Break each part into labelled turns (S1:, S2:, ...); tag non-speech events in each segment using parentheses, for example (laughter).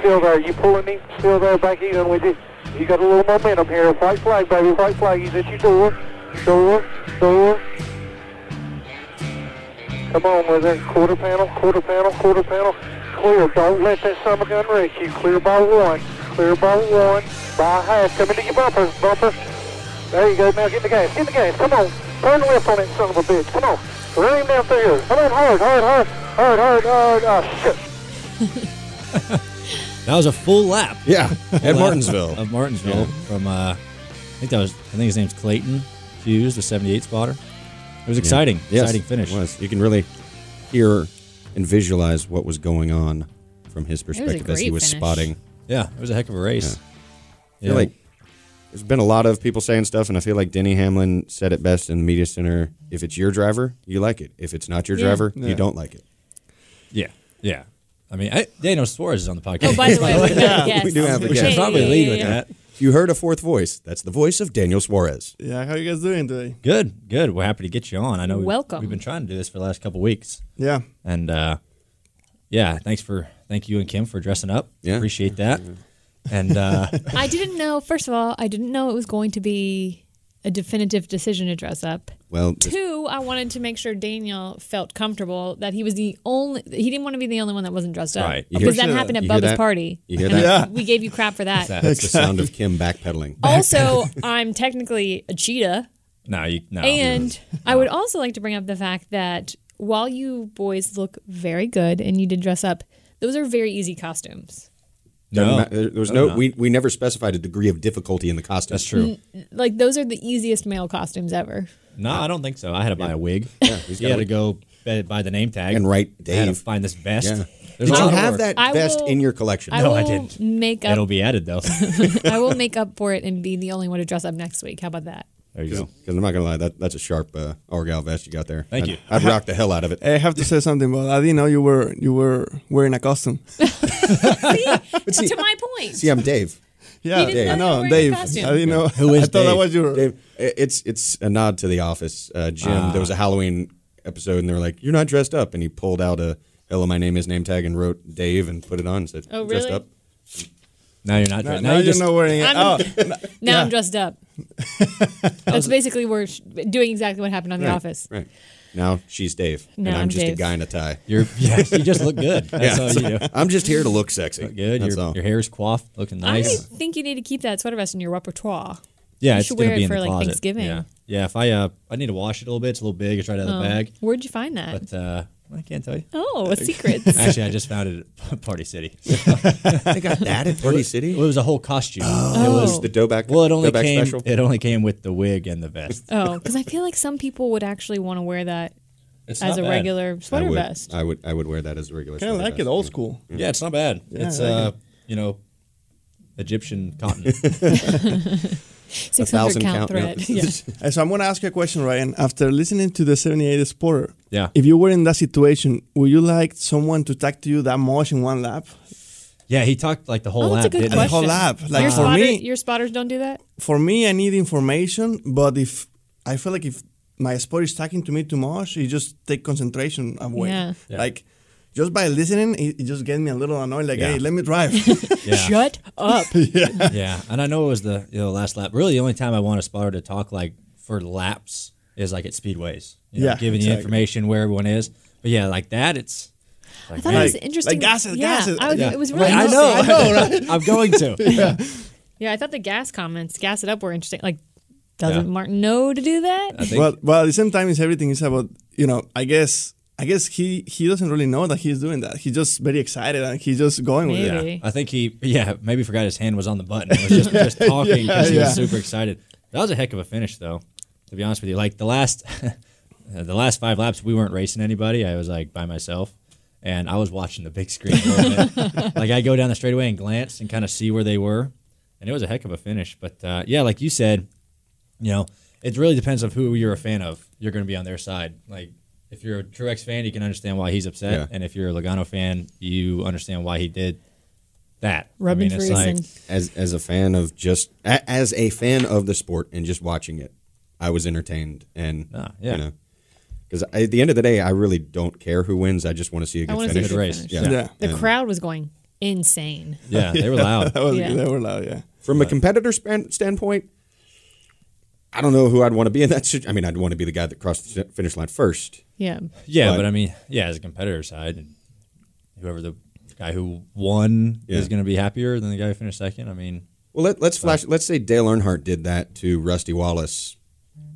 S1: Still there. You pulling me? Still there. Back even with it. You got a little momentum here. White flag, baby. White flag. He's at your door. Door. Door. Come on with it. Quarter panel. Quarter panel. Quarter panel. Clear. Don't let that summer gun wreck you. Clear by one. Clear by one. By half. Come into your bumper. Bumper. There you go. Now get the gas. Get the gas. Come on. Turn the whip on that son of a bitch. Come on. Run him down through here. Come on. Hard. Hard. Hard. Hard. Hard. Hard. Oh, shit.
S2: That was a full lap. (laughs)
S3: Yeah, at
S2: Full lap
S3: Martinsville.
S2: Of Martinsville from uh, I think that was I think his name's Clayton Hughes, the 78 spotter. It was exciting.
S3: Yes,
S2: exciting finish.
S3: it was. You can really hear and visualize what was going on from his perspective as he
S4: great
S3: was
S4: finish.
S3: spotting.
S2: Yeah, it was a heck of a race.
S3: I feel like there's been a lot of people saying stuff, and I feel like Denny Hamlin said it best in the media center. If it's your driver, you like it. If it's not your
S4: Yeah.
S3: driver,
S5: Yeah.
S3: you don't like it.
S2: yeah, yeah. I mean, I, Daniel Suarez is on the podcast.
S4: Oh, by the way, we, have a guest.
S3: We do have a
S2: (laughs) we
S3: (laughs) yeah,
S2: should
S3: yeah,
S2: probably
S4: yeah,
S2: lead
S4: yeah,
S2: with
S4: yeah.
S2: that.
S3: If you heard a fourth voice, that's the voice of Daniel Suarez.
S5: Yeah, how you guys doing today?
S2: Good, good. We're happy to get you on. I know we've-
S4: Welcome.
S2: We've been trying to do this for the last couple weeks,
S5: Yeah,
S2: and uh, yeah, thanks for thank you and Kim for dressing up.
S3: Yeah.
S2: appreciate that. And uh, (laughs)
S4: I didn't know. First of all, I didn't know it was going to be a definitive decision to dress up.
S3: Well, this-
S4: Two, I wanted to make sure Daniel felt comfortable that he was the only. He didn't want to be the only one that wasn't dressed up.
S2: Right. You
S3: hear-
S4: Because that happened at
S3: You hear
S4: Bubba's
S3: that?
S4: party.
S3: You hear
S4: And
S3: that?
S4: We gave you crap for that.
S3: that's the sound
S4: (laughs)
S3: of Kim
S2: Oh,
S3: backpedaling.
S4: Also, I'm technically
S3: (laughs)
S4: a cheetah,
S2: no, you
S3: Oh,
S2: no.
S4: and I would also like to bring up the fact that while you boys look very good and you did dress up, those are very easy costumes.
S3: Doesn't
S2: No.
S3: ma- there there was no, we, we never specified a degree of difficulty in the costume.
S2: that's true.
S4: Mm, Like those are the easiest male costumes ever.
S2: No, I don't think so. I had to buy a wig.
S3: he's
S2: you
S3: got
S2: had
S3: a
S2: to
S3: wig.
S2: go buy, buy the name tag
S3: And write
S2: I had to
S3: Dave.
S2: find this vest.
S3: Yeah.
S2: There's
S3: Did
S2: a
S3: you
S2: lot of
S3: have
S2: work.
S3: that
S4: I
S3: vest
S4: will-
S3: in your collection?
S4: I
S2: No,
S4: will
S2: I didn't.
S4: make up.
S2: It'll be added
S3: (laughs)
S2: though.
S4: (laughs) I will make up for it and be the only one to dress up next week. How about that?
S2: there you go.
S3: Because I'm not gonna lie, that that's a sharp uh, Argyle vest you got there.
S2: Thank
S3: I'd,
S2: you.
S3: I'd rock the hell out of it.
S5: I have to say something, but I didn't know you were you were wearing a costume.
S4: to my point.
S3: See, I'm Dave.
S5: Yeah,
S4: didn't know you were
S5: I know,
S4: wearing a
S5: Dave.
S4: costume.
S5: I didn't know.
S3: Who is
S5: (laughs) I thought that
S3: Dave?
S5: was your.
S3: Dave, i- it's it's a nod to The Office. Uh, Jim, there was a Halloween episode, and they were like, "You're not dressed up," and he pulled out a "Hello, my name is" name tag and wrote Dave and put it on. And said,
S4: Oh,
S3: "Dressed
S4: really?
S3: up."
S2: Now you're not.
S5: Now,
S2: Now,
S5: now
S2: you
S5: you're
S2: just,
S5: not wearing it. Oh, (laughs)
S4: I'm- now I'm dressed up. That's basically we're sh- doing exactly what happened on The Office.
S3: Right now, she's Dave,
S4: Now
S3: and I'm,
S4: I'm
S3: just a
S4: Dave.
S3: guy in a tie.
S2: You're, (laughs) yeah, you just look good. That's
S3: (laughs) Yeah.
S2: all you do.
S3: I'm just here to look sexy.
S2: Good.
S3: That's
S2: Your,
S3: all.
S2: your hair is coiffed, looking
S4: I
S2: nice.
S4: think you need to keep that sweater vest in your repertoire.
S2: yeah,
S4: you
S2: it's
S4: should
S2: gonna
S4: wear
S2: be
S4: it
S2: in the
S4: for, like,
S2: closet.
S4: Thanksgiving. Oh.
S2: Yeah, yeah. If I uh, I need to wash it a little bit. It's a little big. It's right out of the bag.
S4: Where'd you find that?
S2: But uh, I can't
S4: (laughs)
S2: tell you.
S4: oh, a secret.
S2: Actually, I just found it at (laughs) Party City.
S3: (laughs) they got that at Party City.
S2: Well, it was a whole
S3: (gasps)
S2: costume. It
S4: Oh.
S2: was
S3: the Doback.
S2: well, it only
S3: Doback
S2: came.
S3: special.
S2: It only came with the wig and the vest.
S4: oh, because I feel like some people would actually want to wear that
S2: It's
S4: as
S2: not
S4: a
S2: bad.
S4: regular
S3: I
S4: sweater
S3: would,
S4: vest.
S3: I would I would wear that as a regular.
S5: kind of
S3: sweater
S5: like
S3: vest.
S5: it, old school.
S2: Yeah, it's not bad. it's
S5: I like
S2: uh, you know, Egyptian
S4: (laughs)
S2: cotton.
S4: Six
S3: thousand
S4: hundred count,
S3: count, (laughs)
S4: thread.
S3: yeah.
S4: Yeah.
S5: And so I'm going to ask you a question, Ryan. After listening to the 78 Sporter,
S2: Yeah.
S5: if you were in that situation, would you like someone to talk to you that much in one lap?
S2: yeah, he talked like the whole
S4: Oh, that's
S2: lap.
S4: a good
S2: didn't
S5: The
S2: he?
S4: question. (laughs)
S5: whole lap. Like
S4: your,
S5: for
S4: spotter-
S5: me,
S4: your spotters don't do that.
S5: for me, I need information. But if I feel like if my sport is talking to me too much, it just take concentration away.
S4: Yeah.
S5: Like just by listening, it, it just gets me a little annoyed. Like,
S2: Yeah.
S5: hey, let me drive.
S2: Yeah.
S4: Shut up.
S2: yeah, and I know it was the you know, last lap. Really, the only time I want a spotter to talk like for laps is like at speedways. You know,
S5: Yeah,
S2: giving you
S5: exactly.
S2: information where everyone is. But yeah, like that, it's.
S4: I thought it was interesting.
S5: like gases,
S4: yeah,
S5: gases.
S4: I was,
S5: Yeah.
S4: it was really.
S2: I
S4: interesting.
S2: know, I know. Right? I'm going to.
S4: (laughs) Yeah, I thought the gas comments, gas it up, were interesting. Like, doesn't Martin know to do that? (laughs)
S2: think-
S5: well, well, at the same time, it's everything is about you know. I guess I guess he he doesn't really know that he's doing that. He's just very excited and he's just going with it.
S4: Maybe.
S2: Yeah, I think he. Yeah, maybe forgot his hand was on the button. It was just, just talking because he was super excited. That was a heck of a finish, though. To be honest with you, like the last, (laughs) the last five laps, we weren't racing anybody. I was like by myself, and I was watching the big screen. a little bit. like I go down the straightaway and glance and kind of see where they were, and it was a heck of a finish. But uh, yeah, like you said, you know, it really depends on who you're a fan of. You're going to be on their side. Like, if you're a Truex fan, you can understand why he's upset,
S3: Yeah.
S2: and if you're a Logano fan, you understand why he did that.
S4: Rubbing
S2: I mean,
S4: for
S2: it's like,
S4: reason.
S3: as as a fan of just a- as a fan of the sport and just watching it, I was entertained and
S2: Ah, yeah.
S3: you know because at the end of the day, I really don't care who wins. I just want to see a
S4: I
S3: good
S4: want to see
S3: finish.
S4: a good
S2: race.
S4: finish.
S3: Yeah.
S5: Yeah.
S4: The crowd was going insane.
S2: Yeah, they were
S3: (laughs)
S2: loud.
S5: That was
S4: Yeah.
S5: they were loud. Yeah.
S3: From a competitor span- standpoint, I don't know who I'd want to be in that situation. I mean, I'd want to be the guy that crossed the finish line first.
S4: Yeah.
S2: Yeah,
S3: But-
S2: but, I mean, yeah, as a competitor side, and whoever the guy who won
S3: Yeah.
S2: is going to be happier than the guy who finished second. I mean,
S3: Well, let, let's flash. Let's say Dale Earnhardt did that to Rusty Wallace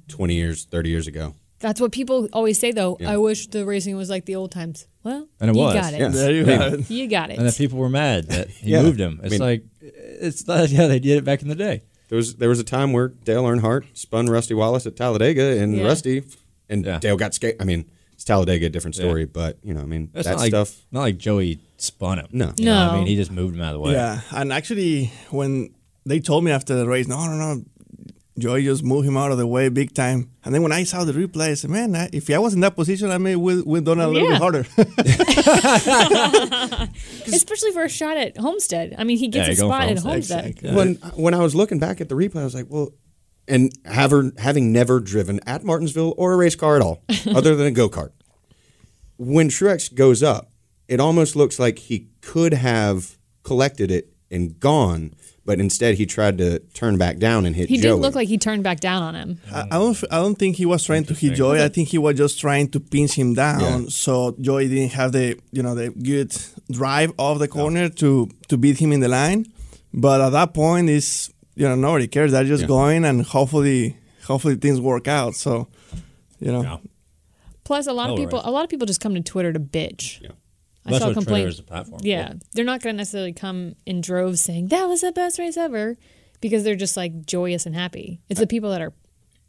S3: twenty years, thirty years ago.
S4: That's what people always say, though.
S3: Yeah.
S4: I wish the racing was like the old times. Well,
S2: And it
S4: you
S2: was,
S4: got it.
S3: yeah.
S5: There you
S3: Yeah.
S5: have it.
S4: You got it.
S2: and that people were mad that he
S3: Yeah.
S2: moved him.
S3: I
S2: It's
S3: mean-
S2: like it's not, yeah, they did it back in the day.
S3: There was there was a time where Dale Earnhardt spun Rusty Wallace at Talladega, and
S4: Yeah.
S3: Rusty and
S2: Yeah.
S3: Dale got scared. I mean, it's Talladega, different story, but you know, I mean,
S2: That's
S3: that
S2: not like,
S3: stuff.
S2: Not like Joey spun him.
S3: No.
S2: You know what I
S4: No.
S2: mean, he just moved him out of the way.
S5: Yeah, and actually, when they told me after the race, no, no, no, Joey just moved him out of the way big time. And then when I saw the replay, I said, man, I, if I was in that position, I may would would done a little
S4: Yeah.
S5: bit harder. (laughs)
S4: Especially for a shot at Homestead. I mean, he gets
S2: Yeah,
S4: a
S2: going for
S4: spot at
S2: Homestead.
S4: Homestead.
S3: When when I was looking back at the replay, I was like, well, and haver, having never driven at Martinsville or a race car at
S4: (laughs)
S3: all, other than a go kart, when Truex goes up, it almost looks like he could have collected it and gone, but instead he tried to turn back down and hit.
S4: He
S3: Joey.
S4: didn't look like he turned back down on him.
S5: I
S3: Mm.
S5: I don't. f- I don't think he was trying to hit Joy. I think he was just trying to pinch him down,
S3: Yeah.
S5: so Joy didn't have the you know the good drive off the corner to to beat him in the line. But at that point, is you know nobody cares. They're just
S3: Yeah.
S5: going, and hopefully, hopefully things work out. So, you know,
S2: No.
S4: Plus, a lot of
S2: Oh,
S4: people,
S2: right.
S4: a lot of people just come to Twitter to bitch.
S3: Yeah.
S4: I
S2: That's
S4: saw
S2: what Twitter
S4: complaints.
S2: is a platform. for.
S4: Yeah, they're not going to necessarily come in droves saying that was the best race ever, because they're just like joyous and happy. It's the people that are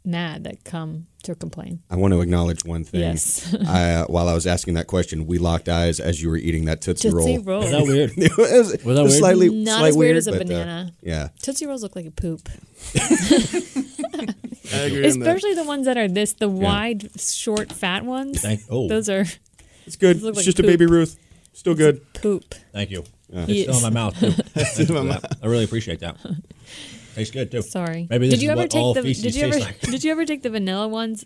S4: mad that come to complain.
S3: I want to acknowledge one thing.
S4: Yes.
S3: (laughs) I, uh, while I was asking that question, we locked eyes as you were eating that Tootsie,
S4: Tootsie
S3: Roll.
S4: rolls.
S2: Is that weird?
S3: (laughs) it was, it was
S2: weird?
S3: slightly
S4: Not
S3: slight
S4: as weird as a
S3: but, uh,
S4: banana.
S3: yeah.
S4: Tootsie rolls look like a poop,
S5: I agree on that.
S4: especially the ones that are this the wide, short, fat ones.
S2: Thank- oh.
S4: Those are (laughs)
S3: It's good.
S4: Look
S3: It's
S4: like
S3: just a
S4: poop.
S3: baby Ruth. Still good.
S4: poop.
S2: Thank you. It's
S4: Yes.
S2: still in my mouth.
S3: (laughs)
S2: Too. Thank you for that. I really appreciate that. Tastes good too.
S4: Sorry.
S2: Maybe this
S4: did you
S2: is
S4: ever
S2: what
S4: take
S2: all
S4: the
S2: feces
S4: did you ever
S2: taste like.
S4: did you ever take the vanilla ones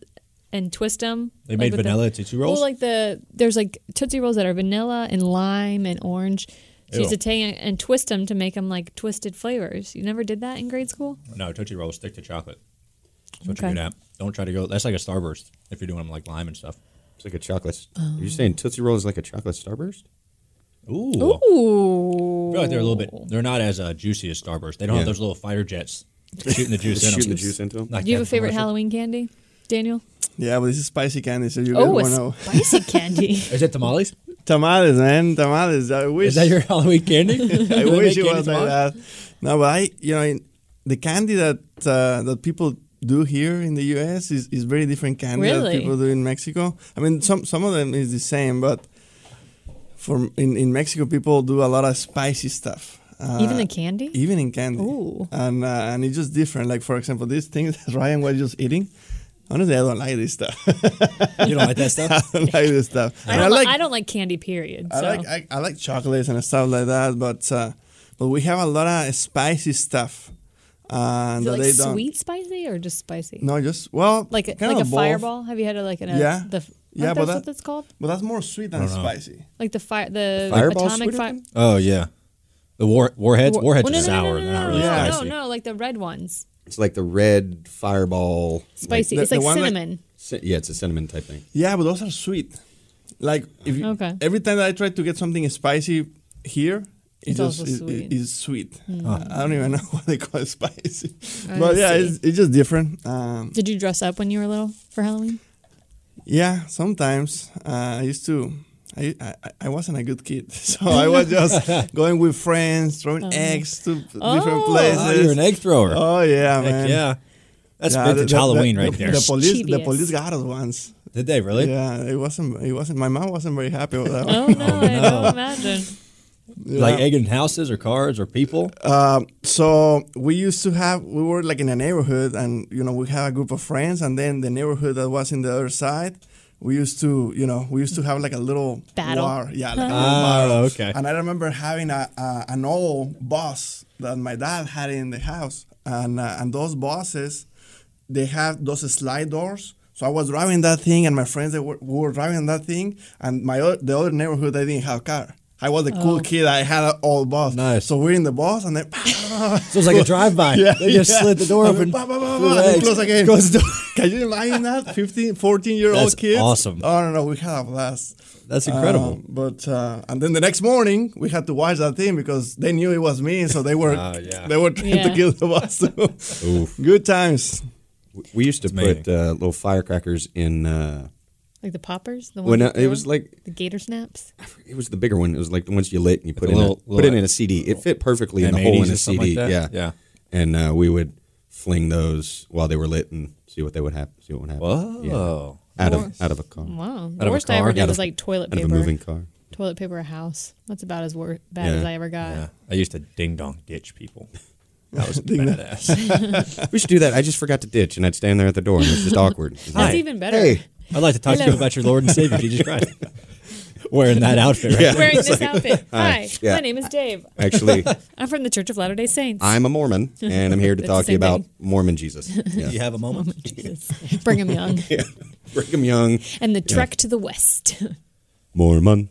S4: and twist them?
S2: They made
S4: with the-
S2: vanilla Tootsie Rolls?
S4: Well, like the there's like tootsie rolls that are vanilla and lime and orange. So you
S2: Ew.
S4: used to take it and twist them to make them like twisted flavors. You never did that in grade school?
S2: No, Tootsie Rolls, stick to chocolate. That's what
S4: Okay.
S2: you're good at. Don't try to go. That's like a Starburst if you're doing them like lime and stuff.
S3: It's like a chocolate.
S4: Oh.
S3: Are you saying Tootsie Roll is like a chocolate starburst?
S2: Ooh.
S4: Ooh.
S2: I feel like they're a little bit, they're not as uh, juicy as Starburst. They don't
S3: Yeah.
S2: have those little fighter jets shooting the
S5: (laughs)
S2: juice in them.
S3: Shooting the juice into them?
S2: Like
S4: Do you have
S2: that
S4: a favorite
S2: commercial.
S4: Halloween candy, Daniel?
S5: yeah, but this is spicy candy, so you guys
S4: Oh, a
S5: want to
S4: spicy
S5: (laughs)
S4: candy. (laughs)
S2: Is it tamales?
S5: tamales, man, tamales. I wish
S2: Is that your (laughs) Halloween candy?
S5: (laughs)
S2: (laughs)
S5: I wish it was like that. No, but I, you know, in, the candy that uh, that people do here in the U.S. is, is very different candy
S4: Really?
S5: that people do in Mexico. I mean, some some of them is the same, but for in, in Mexico, people do a lot of spicy stuff. Uh,
S4: Even the candy?
S5: even in candy,
S4: Ooh.
S5: and uh, and it's just different. Like for example, these things (laughs) that Ryan was just eating. Honestly, I don't like this stuff.
S2: You don't like that stuff?
S5: (laughs) I don't like this stuff.
S4: I
S5: And
S4: don't, li-
S5: like
S4: I don't like candy, period.
S5: I
S4: so.
S5: like I, I like chocolates and stuff like that, but uh, but we have a lot of spicy stuff uh,
S4: Is it
S5: that
S4: like
S5: they don't.
S4: sweet spicy or just spicy?
S5: No, just well,
S4: Like a,
S5: kind
S4: like a
S5: of both,
S4: fireball? Have you had a, like an, a,
S5: Yeah.
S4: the, aren't
S5: Yeah, but
S4: those
S5: that-
S4: what that's called?
S5: but that's more sweet than spicy.
S4: Like the fire, the
S3: Fireball
S4: atomic
S3: sweeter
S4: fire.
S3: than-
S2: Oh, yeah. The war, warheads?
S4: Well,
S2: warheads
S4: no,
S2: are sour.
S4: no, no, No, no,
S2: They're not
S4: no,
S2: really
S4: no,
S5: Yeah.
S2: spicy.
S4: No, no, like the red ones,
S3: It's like the red fireball.
S4: spicy.
S5: the-
S4: it's
S5: the
S4: like
S5: one that-
S4: cinnamon.
S3: Like, yeah, it's a cinnamon type thing.
S5: Yeah, but those are sweet. Like if you,
S4: Okay.
S5: every time that I try to get something spicy here, it
S4: It's
S5: just
S4: also
S5: is-
S4: sweet. Hmm.
S5: is sweet. I don't even (laughs) know what they call it spicy,
S4: I
S5: but yeah,
S4: see.
S5: it's, it's just different. Um,
S4: Did you dress up when you were little for Halloween?
S5: Yeah, sometimes uh, I used to. I, I I wasn't a good kid, (laughs) so I was
S2: (laughs)
S5: just going with friends, throwing eggs to different
S4: Oh.
S5: places.
S2: Oh, you're an egg thrower.
S5: Oh yeah,
S2: Heck
S5: man.
S2: yeah. That's
S5: Yeah,
S2: vintage
S5: the- the-
S2: Halloween
S5: the-
S2: right
S5: the-
S2: there.
S5: The police, the
S4: Cheapiest.
S5: police got us once.
S2: Did they really?
S5: Yeah, it wasn't. It wasn't. My mom wasn't very happy with that.
S4: (laughs) Oh
S5: one.
S4: no, I don't imagine.
S5: Yeah.
S2: Like egg in houses or cars or people?
S5: Um, so we used to have we were like in a neighborhood and you know we had a group of friends and then the neighborhood that was in the other side we used to you know we used to have like a little
S4: Battle.
S5: war yeah like a little
S2: Ah,
S5: battle.
S2: okay.
S5: and I remember having a, a an old boss that my dad had in the house and uh, and those bosses they have those slide doors. So I was driving that thing, and my friends they were, were driving that thing, and my o- the other neighborhood they didn't have car, I was the cool kid. I had an old boss.
S2: Nice.
S5: So we're in the boss, and then (laughs)
S2: So it was like a drive-by. they just
S5: yeah.
S2: slid the door
S5: And (laughs)
S2: open.
S5: Bah, bah, bah,
S2: threw
S5: bah, and then
S2: eggs,
S5: close again.
S2: closed the door.
S5: (laughs) Can you imagine that? 15, 14 year old
S2: That's
S5: kids.
S2: awesome.
S5: Oh, no, no. We had a blast.
S2: That's incredible.
S5: Um, but uh, and then the next morning we had to watch that thing because they knew it was me, so they were
S2: Oh, yeah.
S5: they were trying to
S4: Yeah.
S5: kill the (laughs) boss. Good times.
S3: We used to
S2: It's amazing.
S3: put uh, little firecrackers in. Uh,
S4: Like the poppers? The
S3: when
S4: ones
S3: uh,
S4: that
S3: it
S4: go?
S3: was like
S4: the gator snaps?
S3: it was the bigger one. It was like the ones you lit and you put
S2: the
S3: in
S2: little-
S3: a, put
S2: little-
S3: it in a CD. It fit perfectly in the hole
S2: M80s
S3: in
S2: or
S3: a
S2: something
S3: CD.
S2: like
S3: yeah,
S2: that? Yeah.
S3: And uh, we would fling those while they were lit and see what they would happen. See what would happen.
S2: Whoa.
S3: Yeah. Out of out of a car,
S4: Wow.
S2: of
S4: The
S2: a
S4: worst I
S2: car?
S4: ever
S2: Out
S4: did
S2: of-
S4: was like toilet
S3: out of a
S4: paper.
S3: moving car.
S4: Toilet paper a house. That's about as wor- bad
S3: Yeah.
S4: as I ever got.
S2: Yeah. I used to ding dong ditch people. That was badass.
S3: We should do that. I just forgot to ditch, and I'd stand there at the door, and it's
S4: (laughs)
S3: just awkward. It's
S4: That's
S3: like,
S4: even better.
S3: Hey,
S2: I'd like to talk to you
S4: Hello.
S2: about your Lord and Savior Jesus Christ. Wearing that outfit, right?
S4: (laughs) Wearing this outfit. Hi,
S3: Yeah.
S4: my name is Dave. (laughs)
S3: actually,
S4: I'm from the Church of Latter Day Saints.
S3: I'm a Mormon, and I'm here to
S4: It's
S3: talk
S4: the
S3: to you
S4: same
S3: about
S4: thing.
S3: Mormon
S4: (laughs)
S3: Jesus. Yeah.
S2: Do you have a moment?
S4: Jesus. Bring him young.
S3: Brigham Young,
S4: And the trek to the west. (laughs)
S3: Mormon.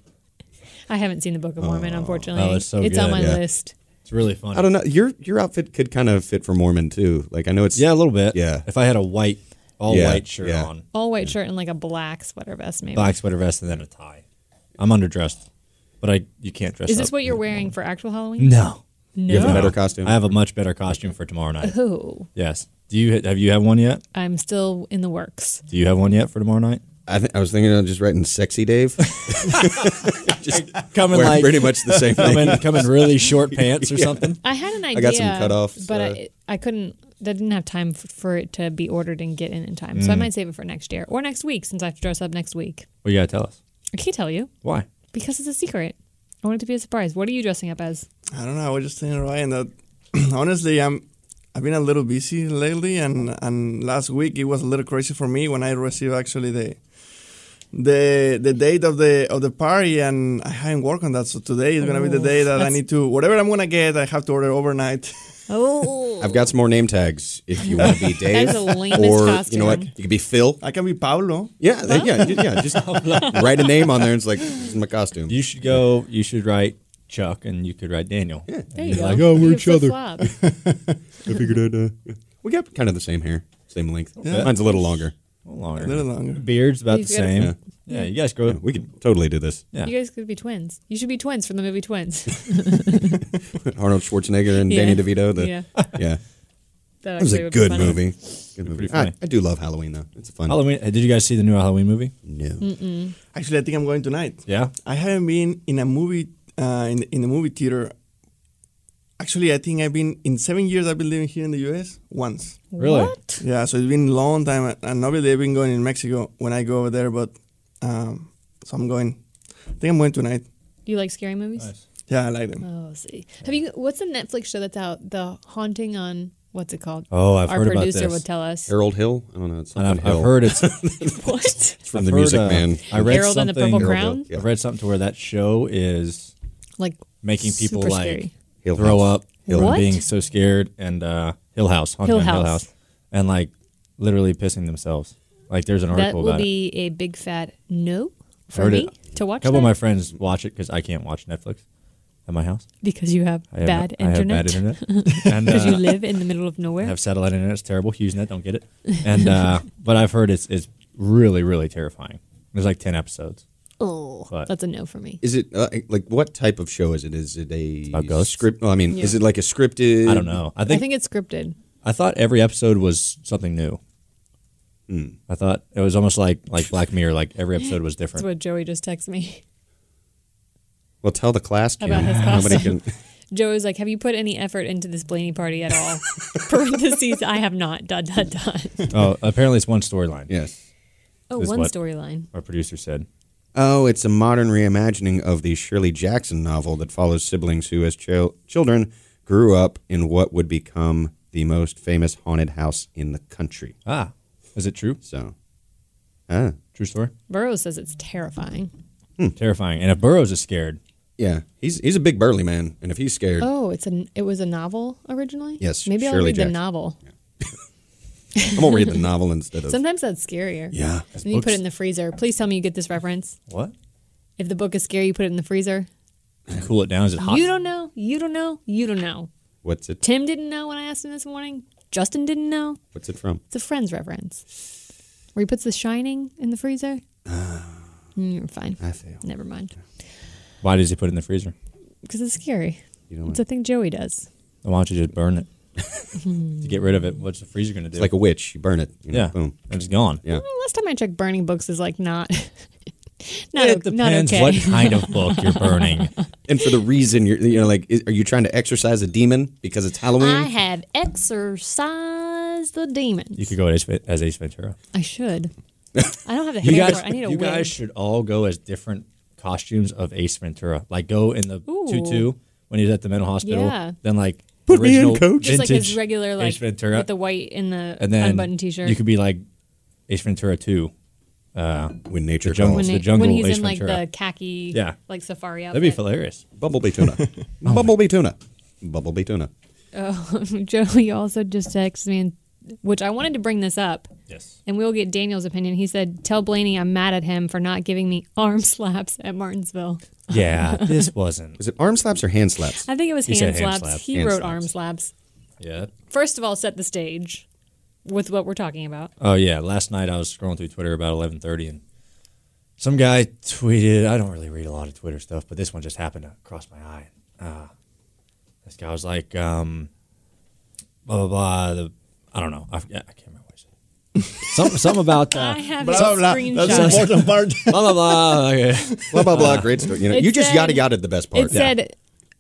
S4: I haven't seen the Book of Mormon, unfortunately.
S2: Oh, it's so
S4: on
S2: good.
S4: my
S2: Yeah.
S4: list.
S2: It's really funny.
S3: I don't know. Your your outfit could kind of fit for Mormon too. Like I know it's
S2: Yeah, a little bit.
S3: Yeah.
S2: If I had a white, all
S3: Yeah,
S2: white shirt
S3: yeah.
S2: on,
S4: All white shirt and like a black sweater vest, maybe.
S2: black sweater vest, and then a tie, I'm underdressed. But I, you can't dress.
S4: Is this
S2: up.
S4: what you're wearing for actual Halloween?
S2: No.
S4: No.
S3: You have a better costume.
S2: Oh. I have a much better costume for tomorrow night. (laughs)
S4: Oh,
S2: Yes. Do you have you have one yet?
S4: I'm still in the works.
S2: Do you have one yet for tomorrow night?
S3: I, th- I was thinking of just writing "sexy
S2: (laughs)
S3: Dave." (laughs)
S2: Coming
S3: Wearing
S2: like
S3: pretty much the
S2: (laughs)
S3: same thing.
S2: coming coming really (laughs) short pants or something.
S4: I had an idea.
S3: I got some cutoffs,
S4: But
S3: uh,
S4: I, I couldn't, I didn't have time f- for it to be ordered and get in in time.
S2: Mm.
S4: So I might save it for next year or next week since I have to dress up next week.
S2: Well, you gotta tell us
S4: I can't tell you
S2: why.
S4: because it's a secret. I want it to be a surprise. What are you dressing up as?
S5: I don't know. I was just saying, Ryan, that (clears throat) honestly, I'm I've been a little busy lately, and and last week it was a little crazy for me when I received actually the the the date of the of the party, and I haven't worked on that. So today is gonna be the
S4: Oh,
S5: day that I
S4: that's-
S5: need to whatever I'm gonna get, I have to order overnight. (laughs)
S2: (laughs)
S4: Oh,
S3: I've got some more name tags. If you want to be Dave,
S4: That is the lamest
S3: or you
S4: costume.
S3: know what, you could be Phil.
S5: I can be Pablo.
S3: Yeah, th- yeah, ju- yeah.
S2: (laughs)
S3: Just (laughs) write a name on there. and It's like this is my costume.
S2: You should go. You should write Chuck, and you could write Daniel.
S4: there you go.
S2: Like, oh, we're
S4: You
S2: each other.
S4: flip-flop.
S3: I figured I'd. Uh, yeah. we got kind of the same hair, same length.
S5: Yeah.
S3: Mine's a little longer.
S2: Longer.
S5: A little longer.
S2: Beard's about
S4: You've
S2: the
S4: got a-
S2: same. Yeah. you guys grow.
S3: Yeah, we could totally do this.
S2: (laughs) Yeah.
S4: You guys could be twins. You should be twins from the movie Twins. (laughs)
S3: Arnold Schwarzenegger and
S4: Yeah.
S3: Danny DeVito. The, yeah,
S4: Yeah.
S3: yeah.
S4: That
S3: That was
S4: actually
S3: a
S4: would be
S3: good
S4: funny.
S3: movie. Good movie. I,
S2: funny.
S3: I do love Halloween though. It's a fun.
S2: Halloween. Did you guys see the new Halloween movie?
S3: No.
S5: Actually, I think I'm going tonight.
S2: Yeah.
S5: I haven't been in a movie uh, in in a movie theater. Actually, I think I've been in seven years. I've been living here in the U.S. once.
S2: Really?
S4: What?
S5: Yeah, so it's been a long time, and obviously I've been going in Mexico when I go over there. But um, so I'm going. I think I'm going tonight.
S4: You like scary movies?
S5: Yeah, I like them.
S4: Oh, see. Have you? What's the Netflix show that's out? The Haunting on what's it called?
S2: Oh, I've
S4: Our
S2: heard about
S4: producer
S2: this.
S4: would tell us.
S3: Harold Hill. I don't know. It's
S2: And
S3: something
S2: I've,
S3: Hill.
S2: I've heard (laughs) it's
S4: what?
S3: from
S2: I've
S3: the
S2: heard,
S3: Music
S2: uh,
S3: Man.
S2: I read
S4: Harold and the
S2: something.
S4: Purple Crown?
S2: I read something to where that show is
S4: Like
S2: making people
S4: super
S2: like
S4: scary.
S3: Hill
S2: throw
S3: House.
S2: up from
S4: What?
S2: being so scared and uh, Hill House, Haunted
S4: Hill
S2: Hill, Hill
S4: House.
S2: House, and like literally pissing themselves. Like there's an
S4: That
S2: article
S4: will
S2: about it.
S4: be a big fat no for
S2: Heard it.
S4: me to watch.
S2: A couple
S4: that
S2: of my friends watch it because I can't watch Netflix at my house.
S4: (laughs) because you have
S2: I have,
S4: bad
S2: I have
S4: internet.
S2: bad
S4: (laughs)
S2: internet. and
S4: Because
S2: uh,
S4: you
S2: (laughs)
S4: live in the middle of
S2: I
S4: nowhere.
S2: have satellite internet. It's terrible. HughesNet, don't get
S4: (laughs)
S2: it. And uh, but I've heard it's it's really really terrifying. There's like ten episodes.
S4: Oh,
S2: But-
S4: that's a no for me.
S3: Is it uh, like what type of show is it? Is it a
S2: About ghosts?
S3: script? Well, I mean, is it like a scripted?
S2: I don't know. I
S4: I think,
S2: think,
S4: it's scripted.
S2: I thought every episode was something new.
S3: Hmm.
S2: I thought it was almost like like Black Mirror. Like every episode was
S4: That's
S2: different.
S4: what Joey just texted me. (laughs)
S3: Well, tell the class. Cam.
S4: About his
S3: Nobody
S4: costume.
S3: can. (laughs)
S4: Joey's like, "Have you put any effort into this Blaney party at
S2: (laughs)
S4: all?" (laughs) Parentheses, I have not. Dot dot dot.
S2: oh, apparently it's one storyline.
S3: Yes.
S4: Oh,
S2: Is
S4: one
S2: what?
S4: storyline.
S2: Our producer said.
S3: Oh, it's a modern reimagining of the Shirley Jackson novel that follows siblings who, as chil- children, grew up in what would become the most famous haunted house in the country.
S2: Ah, is it true?
S3: So, ah,
S2: True story.
S4: Burroughs says it's terrifying.
S2: Terrifying. And if Burroughs is scared,
S3: yeah, he's he's a big burly man, and if he's scared,
S4: Oh, it's an it was a novel originally.
S3: Yes,
S4: maybe I'll
S3: Shirley
S4: read
S3: Jackson.
S4: the novel.
S3: I'm gonna read the novel instead of.
S4: Sometimes that's scarier.
S3: Yeah.
S4: and you put it in the freezer. Please tell me you get this reference.
S2: what?
S4: If the book is scary, you put it in the freezer.
S2: cool it down. Is it hot?
S4: You don't know. You don't know. You don't know.
S3: What's it?
S4: Tim didn't know when I asked him this morning. Justin didn't know.
S3: What's it from?
S4: It's a friend's reference where he puts the shining in
S2: (sighs)
S4: the freezer. Mm, You're fine.
S3: I fail.
S4: Never mind.
S2: Why does he put it in the freezer?
S4: Because it's scary.
S3: You know
S4: It's a thing Joey does.
S2: Why don't you just burn
S4: (laughs)
S2: it to get rid of it? What's the freezer going to do?
S3: It's like a witch. You burn it. You know,
S2: yeah,
S3: Boom.
S2: and it's gone.
S3: Yeah.
S4: Well, last time I checked, burning books is like not. (laughs) not,
S2: it
S4: o- not
S2: depends
S4: okay. (laughs)
S2: what kind of book you're burning.
S3: And for the reason you're, you know, like, is, are you trying to exercise a demon because it's Halloween?
S4: I have exorcised the demons.
S2: You could go as, as Ace Ventura. (laughs)
S4: I should. I don't have the
S2: You
S4: hair.
S2: guys,
S4: for it. I need a
S2: you
S4: wig.
S2: guys should all go as different costumes of Ace Ventura. Like go in the
S4: Ooh.
S2: tutu when he's at the mental hospital.
S4: Yeah.
S2: Then like
S3: Put me in,
S2: original
S3: coach.
S4: Just like
S2: vintage
S4: his regular, like
S2: Ace Ventura,
S4: with the white and the
S2: and then
S4: unbuttoned T-shirt.
S2: You could be like Ace Ventura two. Uh,
S3: when nature
S2: jungle.
S3: calls.
S2: it's
S4: when,
S2: the
S4: he-
S2: jungle
S4: when he's
S2: Ace
S4: in like
S2: Ventura.
S4: the khaki,
S2: Yeah.
S4: like safari outfit.
S2: that'd be hilarious.
S3: Bumblebee tuna. Bumblebee tuna. Bumblebee tuna.
S4: (laughs) Joey also just texted me, and, which I wanted to bring this up,
S2: Yes.
S4: and we'll get Daniel's opinion. He said, "Tell Blaney I'm mad at him for not giving me (laughs) arm slaps at Martinsville."
S2: Yeah. this wasn't.
S3: Is it arm slaps or hand slaps?
S4: I think it was
S2: He
S4: hand,
S2: said hand
S4: slaps.
S2: slaps.
S4: He
S3: Hand
S4: wrote
S3: slaps.
S4: arm slaps.
S2: (laughs) Yeah.
S4: First of all, set the stage with what we're talking about.
S2: Oh yeah. Last night I was scrolling through Twitter about eleven thirty and. Some guy tweeted. I don't really read a lot of Twitter stuff, but this one just happened to cross my eye. Uh, This guy was like, um, blah blah blah. The, I don't know. I, forget, I can't remember what he
S4: (laughs)
S2: said. Something, something about uh,
S4: I have
S5: Blah,
S4: a
S5: blah,
S4: screenshot.
S5: That's the important part.
S2: blah blah blah. Okay.
S3: blah blah blah. Great story. You know,
S4: (laughs) It
S3: you just
S4: said-
S3: yada yada the best part.
S4: It said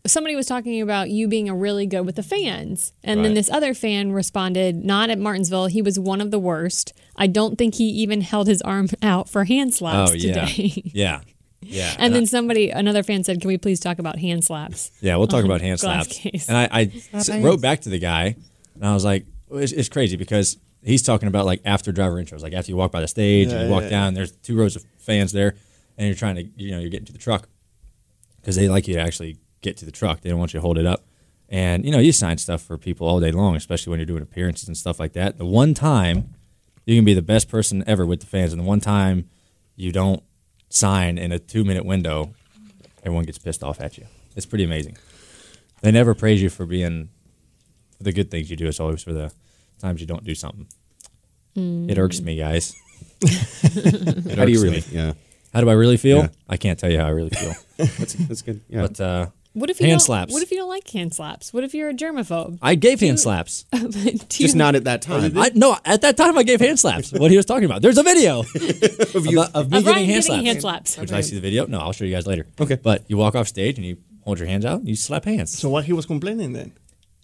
S4: somebody was talking about you being a really good with the fans. And then
S2: Right.
S4: this other fan responded, not at Martinsville. He was one of the worst. I don't think he even held his arm (laughs) out for hand slaps
S2: Oh yeah,
S4: today. (laughs)
S2: yeah, yeah.
S4: and
S2: I-
S4: then somebody, another fan said, Can we please talk about hand slaps?
S2: Yeah, we'll talk about hand
S4: glass
S2: slaps.
S4: case.
S2: And I, I s- wrote back to the guy, and I was like, well, it's, "It's crazy because he's talking about like after driver intros, like after you walk by the stage
S5: Yeah,
S2: and you walk
S5: yeah,
S2: down, there's two rows of fans there, and you're trying to, you know, you're getting to the truck because they like you to actually get to the truck. They don't want you to hold it up, and you know, you sign stuff for people all day long, especially when you're doing appearances and stuff like that. The one time you can be the best person ever with the fans, and the one time you don't sign in a two minute window, everyone gets pissed off at you. It's pretty amazing. They never praise you for being for the good things you do. It's always for the times you don't do something. It irks me,
S3: (laughs)
S2: guys. it
S3: How do you
S2: irks
S3: really?
S2: me.
S3: Yeah,
S2: How do I really feel?
S3: Yeah.
S2: I can't tell you how I really
S3: (laughs)
S2: feel.
S3: that's, that's good. Yeah,
S2: but uh,
S4: What if you
S2: Hand
S4: don't,
S2: slaps.
S4: What if you don't like hand slaps? What if you're a germaphobe? (laughs)
S2: I gave hand slaps.
S4: Do you-
S3: just not at that time.
S2: I, no, at that time I gave hand slaps. What he was talking about. There's a
S3: (laughs)
S2: video of, of, me
S4: Of
S2: giving,
S4: Ryan
S2: hand,
S4: giving
S2: slaps.
S4: hand slaps.
S2: Would you like to see the video? No, I'll show you guys later.
S3: Okay.
S2: But you walk off stage and you hold your hands out and you slap hands.
S5: So what he was complaining then?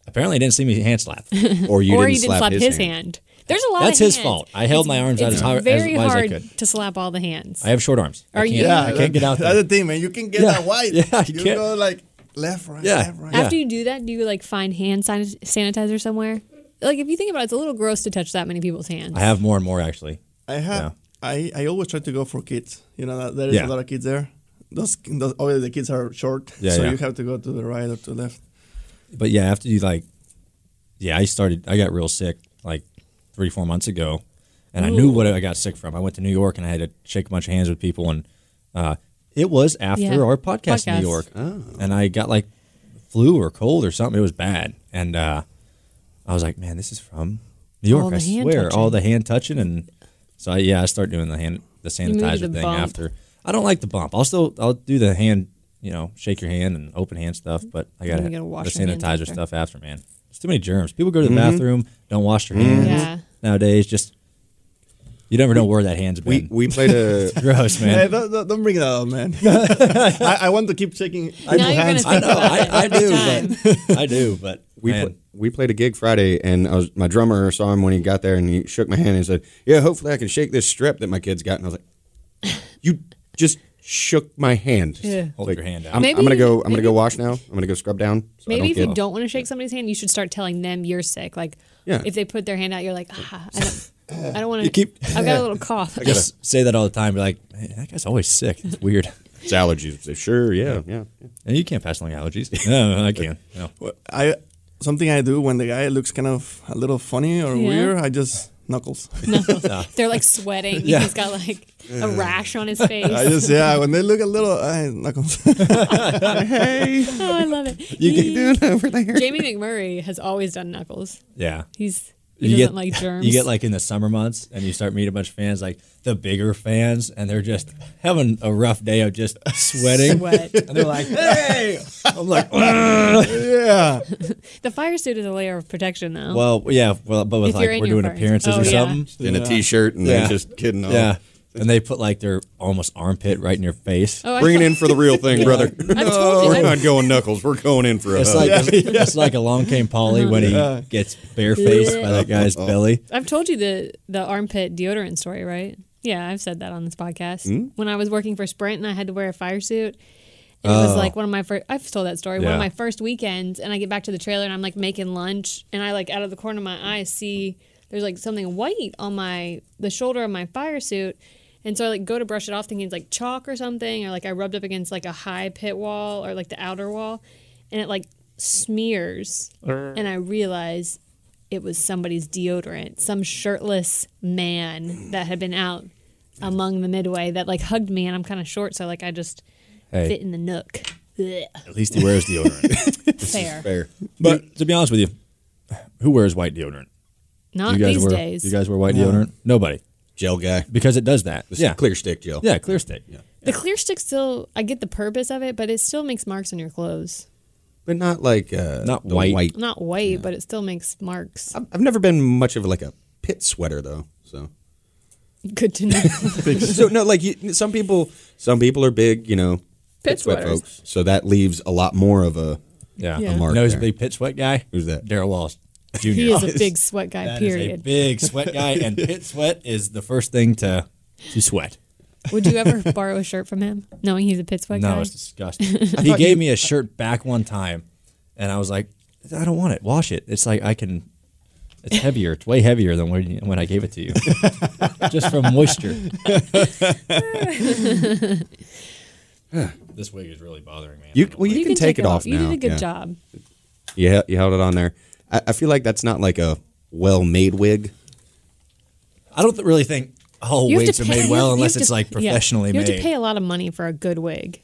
S2: Apparently, he didn't see me hand
S4: (laughs)
S2: slap.
S3: or you
S4: or
S3: didn't
S4: you didn't
S3: slap,
S4: slap
S3: his, hand.
S4: There's a lot
S2: That's
S4: of
S2: his
S4: hands.
S2: fault. I held my arms out
S4: It's
S2: as hard as
S4: very
S2: wide as I
S4: hard
S2: could.
S4: to slap all the hands.
S2: I have short arms. I
S4: Are
S2: can't,
S4: you- Yeah,
S2: I can't get out
S5: (laughs) That's
S2: there.
S5: the thing, man. You can get
S2: Yeah.
S5: that wide.
S2: Yeah, I
S5: you
S2: can't.
S5: go like left, right,
S2: Yeah.
S5: left, right.
S2: Yeah.
S4: After you do that, do you like find hand san- sanitizer somewhere? Like if you think about it, it's a little gross to touch that many people's hands.
S2: I have more and more actually.
S5: I have.
S2: Yeah.
S5: I, I always try to go for kids. You know, that there is
S2: Yeah.
S5: a lot of kids there. Those, those obviously the kids are short,
S2: Yeah,
S5: so
S2: yeah.
S5: you have to go to the right or to left.
S2: But yeah, after you like, yeah, I started. I got real sick like three, four months ago, and I knew what I got sick from. I went to New York and I had to shake a bunch of hands with people, and uh, it was after
S4: Yeah.
S2: our podcast, in
S4: Podcast.
S2: New York, and I got like flu or cold or something. It was bad, and uh, I was like, man, this is from New
S4: All
S2: York. I
S4: the hand
S2: swear, all
S4: touching.
S2: the hand touching, and so I, yeah, I start doing the hand the
S4: moved to
S2: sanitizer
S4: the
S2: thing
S4: bump.
S2: after. I don't like the bump. I'll still I'll do the hand, you know, shake your hand and open hand stuff, but I got
S4: you
S2: to
S4: gotta wash
S2: the
S4: your hands
S2: sanitizer
S4: after.
S2: stuff after, man. There's too many germs. People go to
S3: Mm-hmm.
S2: the bathroom, don't wash their hands
S4: Yeah.
S2: nowadays. Just you never know where that hand's
S3: We
S2: been.
S3: we played a
S2: (laughs)
S3: (laughs)
S2: Gross,
S5: Hey,
S2: man.
S5: don't, don't- don't bring that up, man. (laughs) I, I want to keep checking.
S4: now you're gonna
S2: I
S4: think
S2: know,
S4: about
S2: I,
S4: it.
S2: I
S4: every
S2: do,
S4: time.
S2: but I do, but
S3: (laughs) we
S2: man,
S3: pla- we played a gig Friday, and I was my drummer saw him when he got there, and he shook my hand and he said, "Yeah, hopefully I can shake this strep that my kids got." And I was like, "You just shook my hand.
S4: Yeah.
S2: Hold
S3: Like,
S2: your hand out.
S3: I'm,
S4: Maybe
S3: I'm gonna go.
S4: you-
S3: I'm gonna go wash now. I'm gonna go scrub down. so I
S4: Maybe if
S3: get-
S4: you don't want to shake somebody's hand, you should start telling them you're sick. Like
S3: Yeah.
S4: if they put their hand out, you're like, ah, I don't, I don't want to.
S2: You keep-
S4: I've got a little cough.
S2: I just say that all the time. Be like, "Man, that guy's always sick. It's weird. (laughs)
S3: it's allergies. I said, Sure, yeah, yeah.
S2: And you can't pass along allergies. (laughs) No, I can. No.
S5: I something I do when the guy looks kind of a little funny or
S4: Yeah.
S5: weird. I just knuckles.
S4: They're like sweating. He's got like a rash on his face.
S5: (laughs) I just yeah, when they look a little I, knuckles. (laughs)
S3: hey,
S4: oh, I love it.
S3: you can
S4: He-
S3: do it over there.
S4: Jamie McMurray has always done knuckles.
S2: Yeah.
S4: He's he doesn't like
S2: (laughs)
S4: germs.
S2: You get like in the summer months, and you start meeting a bunch of fans, like the bigger fans, and they're just having a rough day of just sweating.
S4: Sweat.
S2: And they're like, "Hey!" I'm like, "Ugh."
S5: yeah.
S4: the fire suit is a layer of protection though.
S2: "Well, yeah, well, but with
S4: If you're
S2: like
S4: in
S2: we're
S4: your
S2: doing
S4: first-
S2: appearances
S4: oh,
S2: or
S4: yeah.
S2: something."
S3: In a t-shirt and
S2: Yeah.
S3: they're just kidding. off.
S2: Yeah. And they put like their almost armpit right in your face.
S4: oh, I
S3: Bring it
S4: thought-
S3: in for the real thing, brother.
S4: I told
S3: (laughs)
S4: you,
S3: we're
S4: I-
S3: not going knuckles. We're going in for a
S2: It's
S3: hug.
S2: like it's, it's like along came Polly when
S5: Yeah.
S2: he gets barefaced by that guy's
S3: Uh-huh.
S2: belly.
S4: I've told you the the armpit deodorant story, right? Yeah, I've said that on this podcast. When I was working for Sprint and I had to wear a fire suit, and it was like one of my first. I've told that story. One
S2: Yeah.
S4: of my first weekends, and I get back to the trailer and I'm like making lunch, and I like out of the corner of my eye see there's like something white on my the shoulder of my fire suit. And so I like go to brush it off, thinking it's like chalk or something, or like I rubbed up against like a high pit wall or like the outer wall, and it like smears. And I realize it was somebody's deodorant, some shirtless man that had been out among the midway that like hugged me, and I'm kind of short, so like I just
S2: Hey.
S4: fit in the nook. Ugh,
S2: At least he wears deodorant.
S4: fair,
S3: Fair.
S2: (laughs) but to be honest with you, who wears white deodorant?
S4: not
S2: you guys
S4: these
S2: wear
S4: days.
S2: you guys wear white deodorant? Nobody,
S3: Gel guy.
S2: because it does that.
S3: This
S2: yeah,
S3: Clear stick gel.
S2: Yeah, clear stick.
S4: the clear stick still, I get the purpose of it, but it still makes marks on your clothes.
S3: But not like uh,
S2: Not
S3: the
S2: white.
S4: Not white, but it still makes marks.
S3: I've I've never been much of like a pit sweater though. So
S4: Good to
S2: (laughs)
S4: know.
S3: so no, like you, some people, some people are big, you know,
S4: Pit sweaters.
S3: folks. So that leaves a lot more of a.
S2: Yeah,
S4: Yeah.
S2: yeah.
S4: A
S3: mark
S2: You know who's a
S3: there.
S2: big pit sweat guy?
S3: Who's that?
S2: Daryl Wallace Jr.
S4: he is a big sweat guy.
S2: That is a
S4: period.
S2: big sweat guy,
S3: (laughs)
S2: and pit sweat is the first thing to to sweat.
S4: Would you ever (laughs) borrow a shirt from him, knowing he's a pit sweat
S2: No,
S4: guy?
S2: it's
S4: (laughs)
S2: disgusting. he gave me a shirt back one time, and I was like, I don't want it. Wash it. It's like I can. It's heavier. It's way heavier than when, when I gave it to
S3: (laughs)
S2: you, just from moisture. this wig is really bothering me.
S3: You well, you, can, take, it off.
S4: You
S3: now.
S4: did a good
S3: yeah.
S4: job.
S3: You, hel- you held it on there. I, I feel like that's not like a well-made wig.
S2: I don't th- really think all
S4: You have
S2: wigs
S4: to
S2: are
S4: pay-
S2: made
S4: you
S2: well
S4: have- you
S2: unless
S4: have
S2: it's
S4: to-
S2: like
S4: yeah.
S2: professionally
S4: You have
S2: made.
S4: to pay a lot of money for a good wig.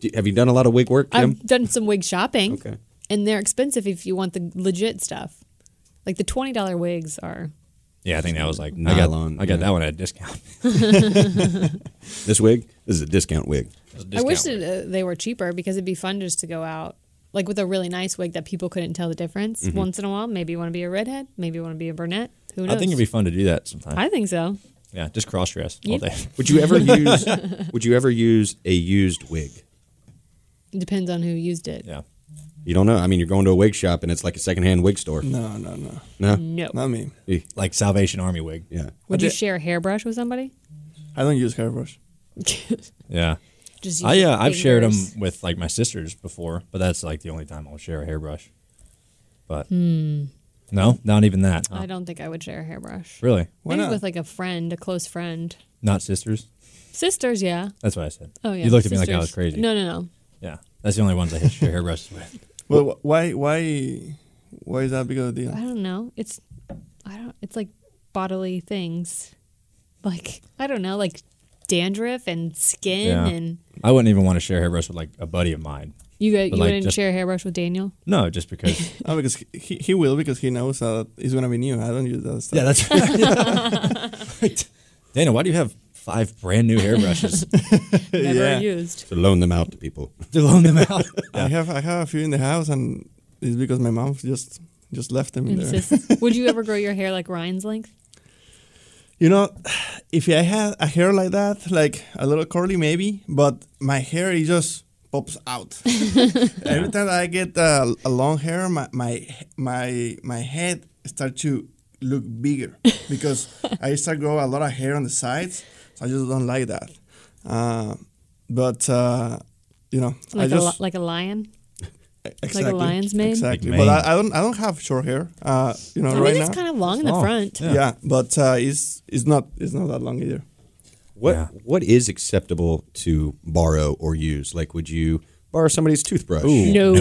S3: Do, have you done a lot of wig work, Kim?
S4: I've done some wig shopping.
S3: Okay.
S4: And they're expensive if you want the legit stuff. Like the twenty dollar wigs are.
S2: Yeah, I think that was like
S3: Nylon,
S2: I got, I got
S3: yeah.
S2: that one at a discount. (laughs)
S3: this wig. This is a discount wig.
S4: I wish that uh, they were cheaper because it'd be fun just to go out like with a really nice wig that people couldn't tell the difference. Once in a while, maybe you want to be a redhead, maybe you want to be a brunette. Who knows?
S2: Mm-hmm. I think it'd be fun to do that sometime.
S4: I think so.
S2: yeah, just cross dress all
S4: Yeah.
S2: day. (laughs)
S3: Would you ever use? would you ever use a used wig?
S4: It depends on who used it.
S2: Yeah,
S3: You don't know. I mean, you're going to a wig shop and it's like a secondhand wig store.
S5: No, no, no.
S3: No.
S4: No.
S5: Not me.
S3: Eh,
S2: like Salvation Army wig.
S3: Yeah.
S4: Would
S5: I
S4: you
S5: did-
S4: share a hairbrush with somebody? (laughs)
S5: I don't use hairbrush.
S4: just
S2: Yeah,
S4: use
S2: I
S4: your
S2: uh, I've shared them
S4: fingers.
S2: with like my sisters before, but that's like the only time I'll share a hairbrush. But no, not even that. huh?
S4: Hmm. I don't think I would share a hairbrush.
S2: really
S5: Why
S4: maybe
S5: not?
S4: with like a friend, a close friend.
S2: not sisters.
S4: Sisters, yeah.
S2: That's what I said.
S4: Oh yeah.
S2: you looked at me like I
S4: sisters.
S2: was crazy.
S4: No, no, no.
S2: yeah, that's the only ones I share hairbrushes
S4: (laughs)
S2: with.
S5: Well, wh- why, why, why is that big of a
S4: I
S5: deal?
S4: don't know. It's I don't it's like bodily things. Like I don't know, like dandruff and skin
S2: Yeah.
S4: and
S2: I wouldn't even want to share a hairbrush with like a buddy of mine.
S4: you go, you
S2: like,
S4: wouldn't
S2: just-
S4: share a hairbrush with Daniel?
S2: No, just
S4: (laughs)
S2: because.
S5: Oh, because he- he, he will because he knows that it's gonna be new. I don't use that stuff.
S2: yeah, that's (laughs) right. Dana, why do you have five brand new
S4: (laughs)
S2: hairbrushes?
S4: Never
S5: Yeah.
S4: used.
S3: To loan them out to people.
S2: to loan them out.
S5: I have I have a few in the house, and it's because my mom just just left them in there.
S4: Insists. would you ever grow your hair like Ryan's length?
S5: You know, if I had a hair like that, like a little curly maybe, but my hair it just pops
S4: (laughs)
S5: out. Every time I get uh, a long hair, my my my my head start to look
S4: (laughs)
S5: bigger because I start grow a lot of hair on the sides. So I just don't like that. Uh, but uh, you know, I
S4: Like a li-
S5: just
S4: like a lion?
S5: exactly,
S4: lion's mane?
S5: Exactly,
S2: Like
S5: but
S2: mane.
S5: I, I don't I don't have short hair. Uh, you know,
S4: I
S5: right
S4: mean it's
S5: now.
S4: kind of long in the
S2: long.
S4: front.
S2: Yeah.
S5: yeah. but uh, it's it's not it's not that long either.
S3: What
S2: Yeah.
S3: what is acceptable to borrow or use? Like, would you borrow somebody's toothbrush?
S4: No.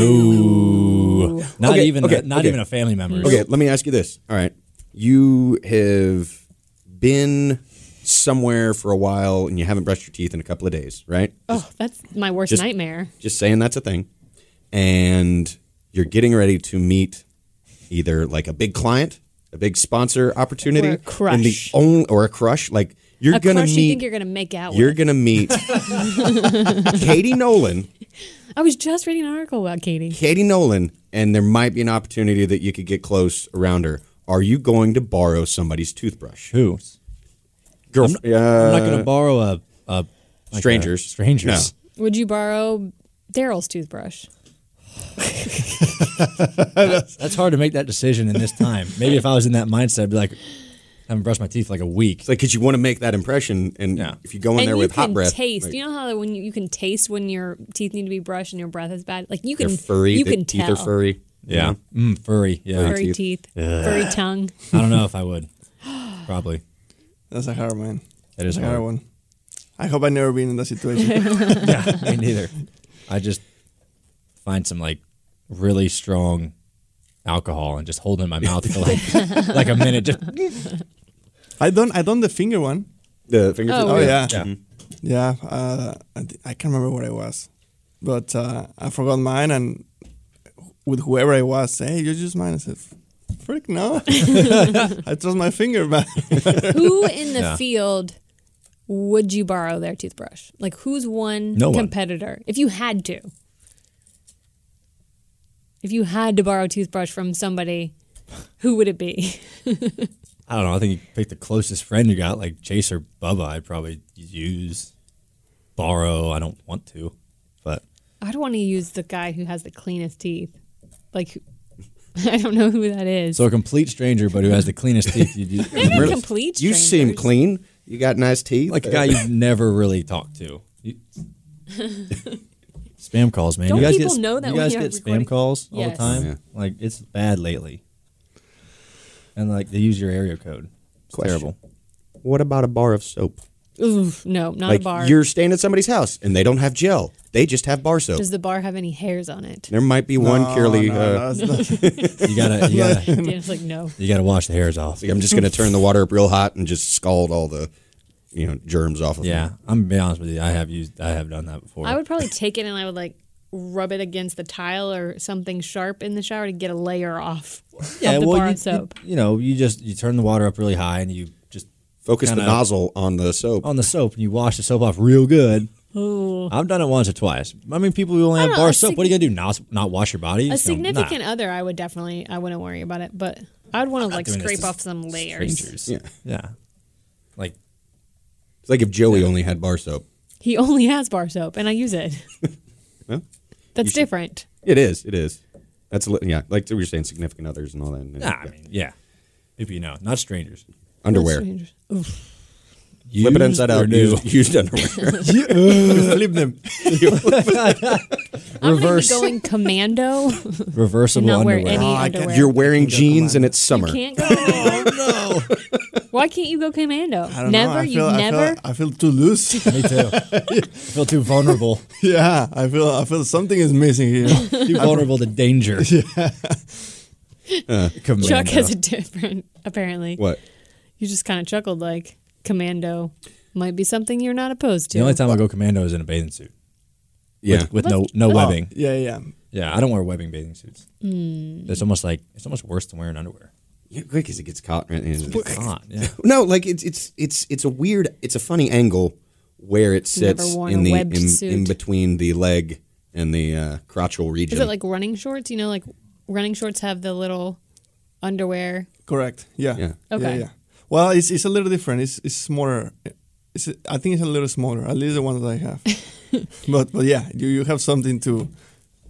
S2: Not
S3: Okay,
S2: even
S3: okay,
S2: a, not
S3: okay.
S2: even a family member.
S3: Okay, let me ask you this. All right, you have been somewhere for a while and you haven't brushed your teeth in a couple of days, right?
S4: Oh, that's my worst
S3: just-
S4: nightmare.
S3: Just saying that's a thing. And you're getting ready to meet either like a big client, a big sponsor opportunity,
S4: Or a
S3: and the
S4: crush.
S3: only or a crush. Like you're
S4: A
S3: gonna
S4: crush
S3: meet.
S4: you think you're gonna make out
S3: you're
S4: with.
S3: gonna meet
S4: (laughs)
S3: Katie Nolan.
S4: I was just reading an article about Katie.
S3: Katie Nolan, and there might be an opportunity that you could get close around her. Are you going to borrow somebody's toothbrush?
S2: Who?
S3: Girl,
S2: I'm not, I'm not going to borrow a, a like a-
S3: Strangers.
S2: strangers.
S4: Would you borrow Daryl's toothbrush?
S2: That's hard to make that decision in this time. Maybe if I was in that mindset, I'd be like, I haven't brushed my teeth like a week.
S3: It's like because you want to make that impression, and
S2: Yeah.
S3: if you go in
S4: and
S3: there
S4: you
S3: with
S4: can
S3: hot breath,
S4: taste.
S3: like,
S4: you know how when you, you can taste when your teeth need to be brushed and your breath is bad. Like you
S3: they're
S4: can
S3: furry.
S4: You
S3: the
S4: can
S3: teeth
S4: tell.
S3: are furry.
S2: Yeah. Mm, furry. Yeah.
S4: Furry teeth. Furry
S3: (laughs)
S4: tongue.
S2: I don't know if I
S3: (gasps)
S2: would. Probably.
S5: That's a hard one.
S2: That is
S5: That's a hard
S2: hard.
S5: one. I hope I never been in
S4: (laughs)
S5: that situation.
S2: (laughs) yeah. Me neither. I just find some like really strong alcohol and just hold it in my mouth for like
S3: (laughs)
S2: like a minute. Just
S5: I don't. I done the finger one.
S3: The finger.
S4: Oh,
S5: Oh yeah,
S2: yeah.
S5: yeah. Uh, I, thi- I can't remember what I was, but uh, I forgot mine and with whoever I was, say, hey, you just mine. I said, freak
S4: (laughs)
S5: no, I trust my finger, man. (laughs)
S4: who in the
S2: Yeah.
S4: field would you borrow their toothbrush? Like who's one
S2: No one.
S4: competitor? If you had to. If you had to borrow a toothbrush from somebody, who would it be? (laughs)
S2: I don't know. I think you pick the closest friend you got, like Chase or Bubba. I'd probably use, borrow. I don't want to, but
S4: I don't want to use the guy who has the cleanest teeth. Like (laughs) who- I don't know who that is.
S2: so a complete stranger, but who has the cleanest teeth. You'd use,
S4: They're not
S3: Really?
S4: (laughs) complete
S3: You seem
S4: strangers.
S3: clean. You got nice teeth.
S2: like a guy you've never really talked to.
S4: (laughs)
S2: You- spam calls, man.
S4: Don't
S2: you guys
S4: people
S2: get,
S4: know that
S2: you
S4: we
S2: guys
S4: are
S2: get
S4: recording?
S2: spam calls all the
S4: Yes.
S2: time?
S3: Yeah.
S2: Like it's bad lately, and like they use your area code. It's
S3: Question.
S2: terrible.
S3: Uh, What about a bar of soap?
S4: Oof, no, not
S3: like
S4: a bar.
S3: you're staying at somebody's house and they don't have gel. They just have bar soap.
S4: Does the bar have any hairs on it? (laughs)
S3: there might be one purely. uh,
S5: No, no, it's not-
S2: You gotta,
S3: (laughs)
S2: you gotta,
S4: Dan's like, no.
S2: you gotta wash the hairs off.
S3: like, I'm just going to turn the water up real hot and just scald all the, you know, germs off of it.
S2: Yeah, I'm gonna be honest with you. I have used, I have done that before.
S4: I would probably take it and I would like rub it against the tile or something sharp in the shower to get a layer off of the bar
S2: you,
S4: of soap.
S2: You, you know, you just you turn the water up really high and you just
S3: Focus the
S2: Kinda-
S3: nozzle on the soap.
S2: on the soap and you wash the soap off real good.
S4: Ooh.
S2: I've done it once or twice. I mean, people who only have
S4: don't
S2: bar
S4: know, a
S2: soap,
S4: sig-
S2: what are you gonna do? Not not wash your body?
S4: A
S2: You know, nah.
S4: significant other, I would definitely, I wouldn't worry about it, but I'd want to like
S2: doing this
S4: scrape
S2: to
S4: off some layers.
S2: Strangers.
S3: Yeah.
S2: yeah. Like
S3: It's like if Joey only had bar soap.
S4: He only has bar soap and I use it.
S3: Well,
S4: That's different.
S3: It is. It is. That's a li- yeah. Like we were saying, significant others and all that.
S2: nah, I mean, yeah. People you know, not strangers.
S3: underwear.
S4: Strangers.
S3: Flip it
S2: Used
S3: inside
S2: or
S3: out.
S2: new?
S3: (laughs) Used, used
S4: (laughs)
S3: underwear.
S2: Flip them.
S4: I'm gonna be
S2: Reverse.
S4: going commando.
S2: (laughs) Reversible
S4: Not wear
S2: underwear.
S4: any-
S2: Ah,
S4: underwear.
S3: You're wearing jeans and it's summer.
S4: Can't go. Oh no! Why can't you go commando?
S5: I don't
S4: never.
S5: know. I
S4: you
S5: feel,
S4: never.
S5: I feel, I feel too loose. (laughs)
S2: (laughs) Me too. I feel too
S3: (laughs)
S2: vulnerable.
S5: yeah, I feel. I feel something is missing here.
S2: Too vulnerable to
S3: (laughs)
S2: danger. (laughs) Uh, Commando.
S4: Chuck has a different. Apparently,
S3: What?
S4: you just kind of chuckled like commando might be something you're not opposed to.
S2: the only time I go commando is in a bathing suit
S3: Yeah.
S2: with no no (laughs) webbing.
S5: Yeah, yeah.
S2: Yeah, I don't wear webbing bathing suits.
S4: Hmm.
S2: It's almost like it's almost worse than wearing underwear.
S3: Yeah, quick because it gets caught. Right in
S2: It's hot. Yeah.
S3: no, like it's it's it's it's a weird, it's a funny angle where it
S4: Never
S3: sits
S4: worn
S3: in
S4: a
S3: the
S4: webbed
S3: in,
S4: suit.
S3: in between the leg and the uh, crotchal region.
S4: Is it like running shorts? You know, like running shorts have the little underwear.
S5: Correct. Yeah.
S3: Yeah.
S4: Okay.
S5: Yeah, yeah. Well, it's, it's a little different. It's it's smaller. It's I think it's a little smaller. At least the one that I
S4: (laughs)
S5: have. but but yeah, you, you have something to,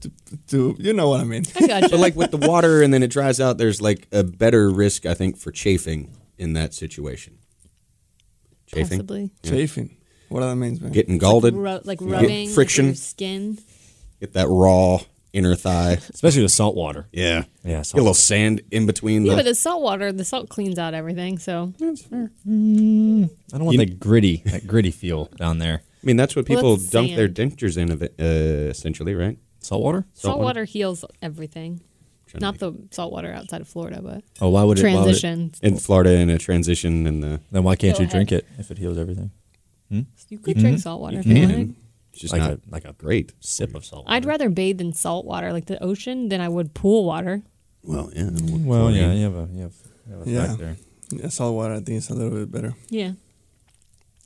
S5: to to you know what I mean.
S4: I
S2: (laughs)
S4: gotcha.
S3: but like with the water and then it dries out, there's like a better risk, I think, for chafing in that situation. Chafing,
S4: Possibly.
S5: Chafing. What that means, man.
S3: getting galded,
S4: Ru- like
S3: Yeah.
S4: rubbing with
S3: Friction.
S4: your skin.
S3: get that raw inner
S4: (laughs)
S3: thigh.
S2: Especially with salt water.
S3: Yeah,
S2: Yeah, salt
S3: Get a little
S2: water.
S3: sand in between.
S4: Yeah,
S3: the,
S4: but the salt water, the salt cleans out everything. So
S2: I don't want that gritty, that gritty feel down there.
S3: I mean, that's what
S4: Well,
S3: people
S4: that's
S3: dunk their
S4: sand.
S3: dentures in, uh, essentially, right?
S2: Salt water?
S4: salt water heals everything.
S3: trying to
S4: Not
S3: make-
S4: the saltwater outside of Florida, but
S2: Oh, why would it? why would it-
S4: transition.
S3: in Florida in a transition uh, in the
S2: then why can't
S4: Go
S2: you
S4: ahead.
S2: drink it if it heals everything?
S4: You
S2: Mm-hmm.
S4: could drink salt water if you
S3: can.
S4: wanted.
S3: It's just
S2: Like
S3: not
S2: a- like a-
S3: great.
S2: Sip of salt.
S4: I'd
S2: water.
S4: rather bathe in salt water, like the ocean, than I would pool water.
S3: Well, yeah.
S2: Well, yeah,
S3: chlorine.
S2: you have a you have, you have a
S5: Yeah.
S2: fact there.
S5: Yeah, salt water, I think, is a little bit better.
S4: Yeah,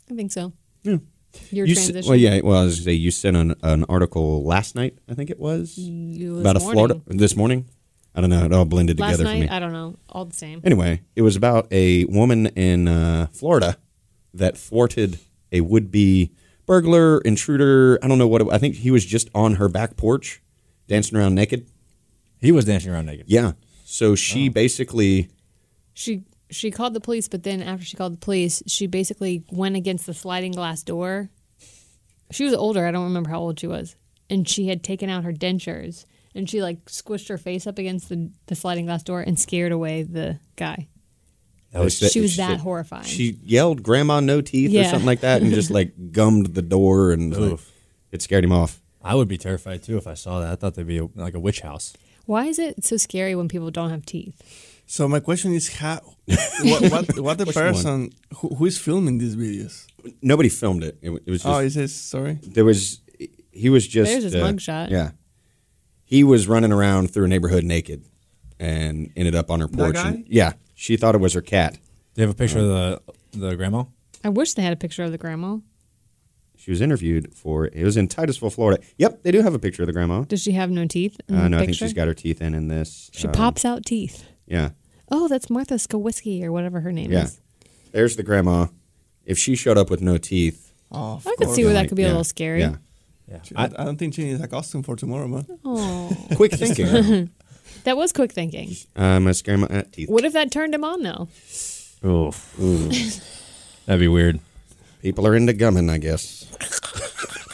S4: I think so.
S3: Yeah.
S4: Your
S3: You s-
S4: transition.
S3: well, yeah. Well, I was gonna say you sent an, an article last night, I think it was,
S4: You this
S3: about a
S4: morning.
S3: Florida this morning. I don't know. It all blended
S4: Last
S3: together
S4: night,
S3: for me.
S4: I don't know. All the same.
S3: Anyway, it was about a woman in uh, Florida that thwarted a would-be burglar, intruder. I don't know what. It, I think he was just on her back porch, dancing around naked.
S2: He was dancing around naked.
S3: Yeah. So she basically
S4: She she called the police, but then after she called the police, she basically went against the sliding glass door. She was older. I don't remember how old she was, and she had taken out her dentures, and she like squished her face up against the, the sliding glass door and scared away the guy.
S2: That was
S3: They said-
S4: She was
S3: she
S4: that
S3: said-
S4: horrifying.
S3: She yelled "Grandma, no teeth" or
S4: Yeah.
S3: something like that, and just
S4: (laughs)
S3: like gummed the door, and like,
S2: Oof.
S3: it scared him off.
S2: I would be terrified too if I saw that. I thought they'd be a, like a witch house.
S4: Why is it so scary when people don't have teeth?
S5: So my question is (laughs) how, what, what, what the
S3: Question one.
S5: person who, who is filming these videos?
S3: Nobody filmed it. It, wa- it was just
S5: oh, is this sorry?
S3: there was he was just uh,
S4: There's his mugshot.
S3: Yeah, he was running around through a neighborhood naked, and ended up on her porch.
S5: guy?
S3: and- yeah, she thought it was her cat.
S2: Do you have a picture of the the grandma?
S4: I wish they had a picture of the grandma.
S3: She was interviewed for it was in Titusville, Florida. Yep, they do have a picture of the grandma.
S4: Does she have no teeth? In
S3: Uh,
S4: the
S3: no, I think
S4: Mm, picture?
S3: she's got her teeth in in this.
S4: She
S3: um,
S4: pops out teeth.
S3: Yeah,
S4: Oh, that's Martha Skowiski or whatever her name
S3: yeah.
S4: is.
S3: There's the grandma. If she showed up with no teeth,
S5: Oh, of
S4: I could
S5: course.
S4: see where that
S3: like,
S4: could be a
S3: yeah,
S4: little scary.
S3: Yeah.
S2: Yeah.
S5: I, I don't think she needs a costume for tomorrow, man.
S4: Oh,
S3: Quick thinking.
S4: (laughs) that was quick thinking.
S3: I'm a scare my uh, teeth.
S4: What if that turned him on though?
S2: Oof.
S4: (laughs)
S2: That'd be weird.
S3: People are into gumming, I guess.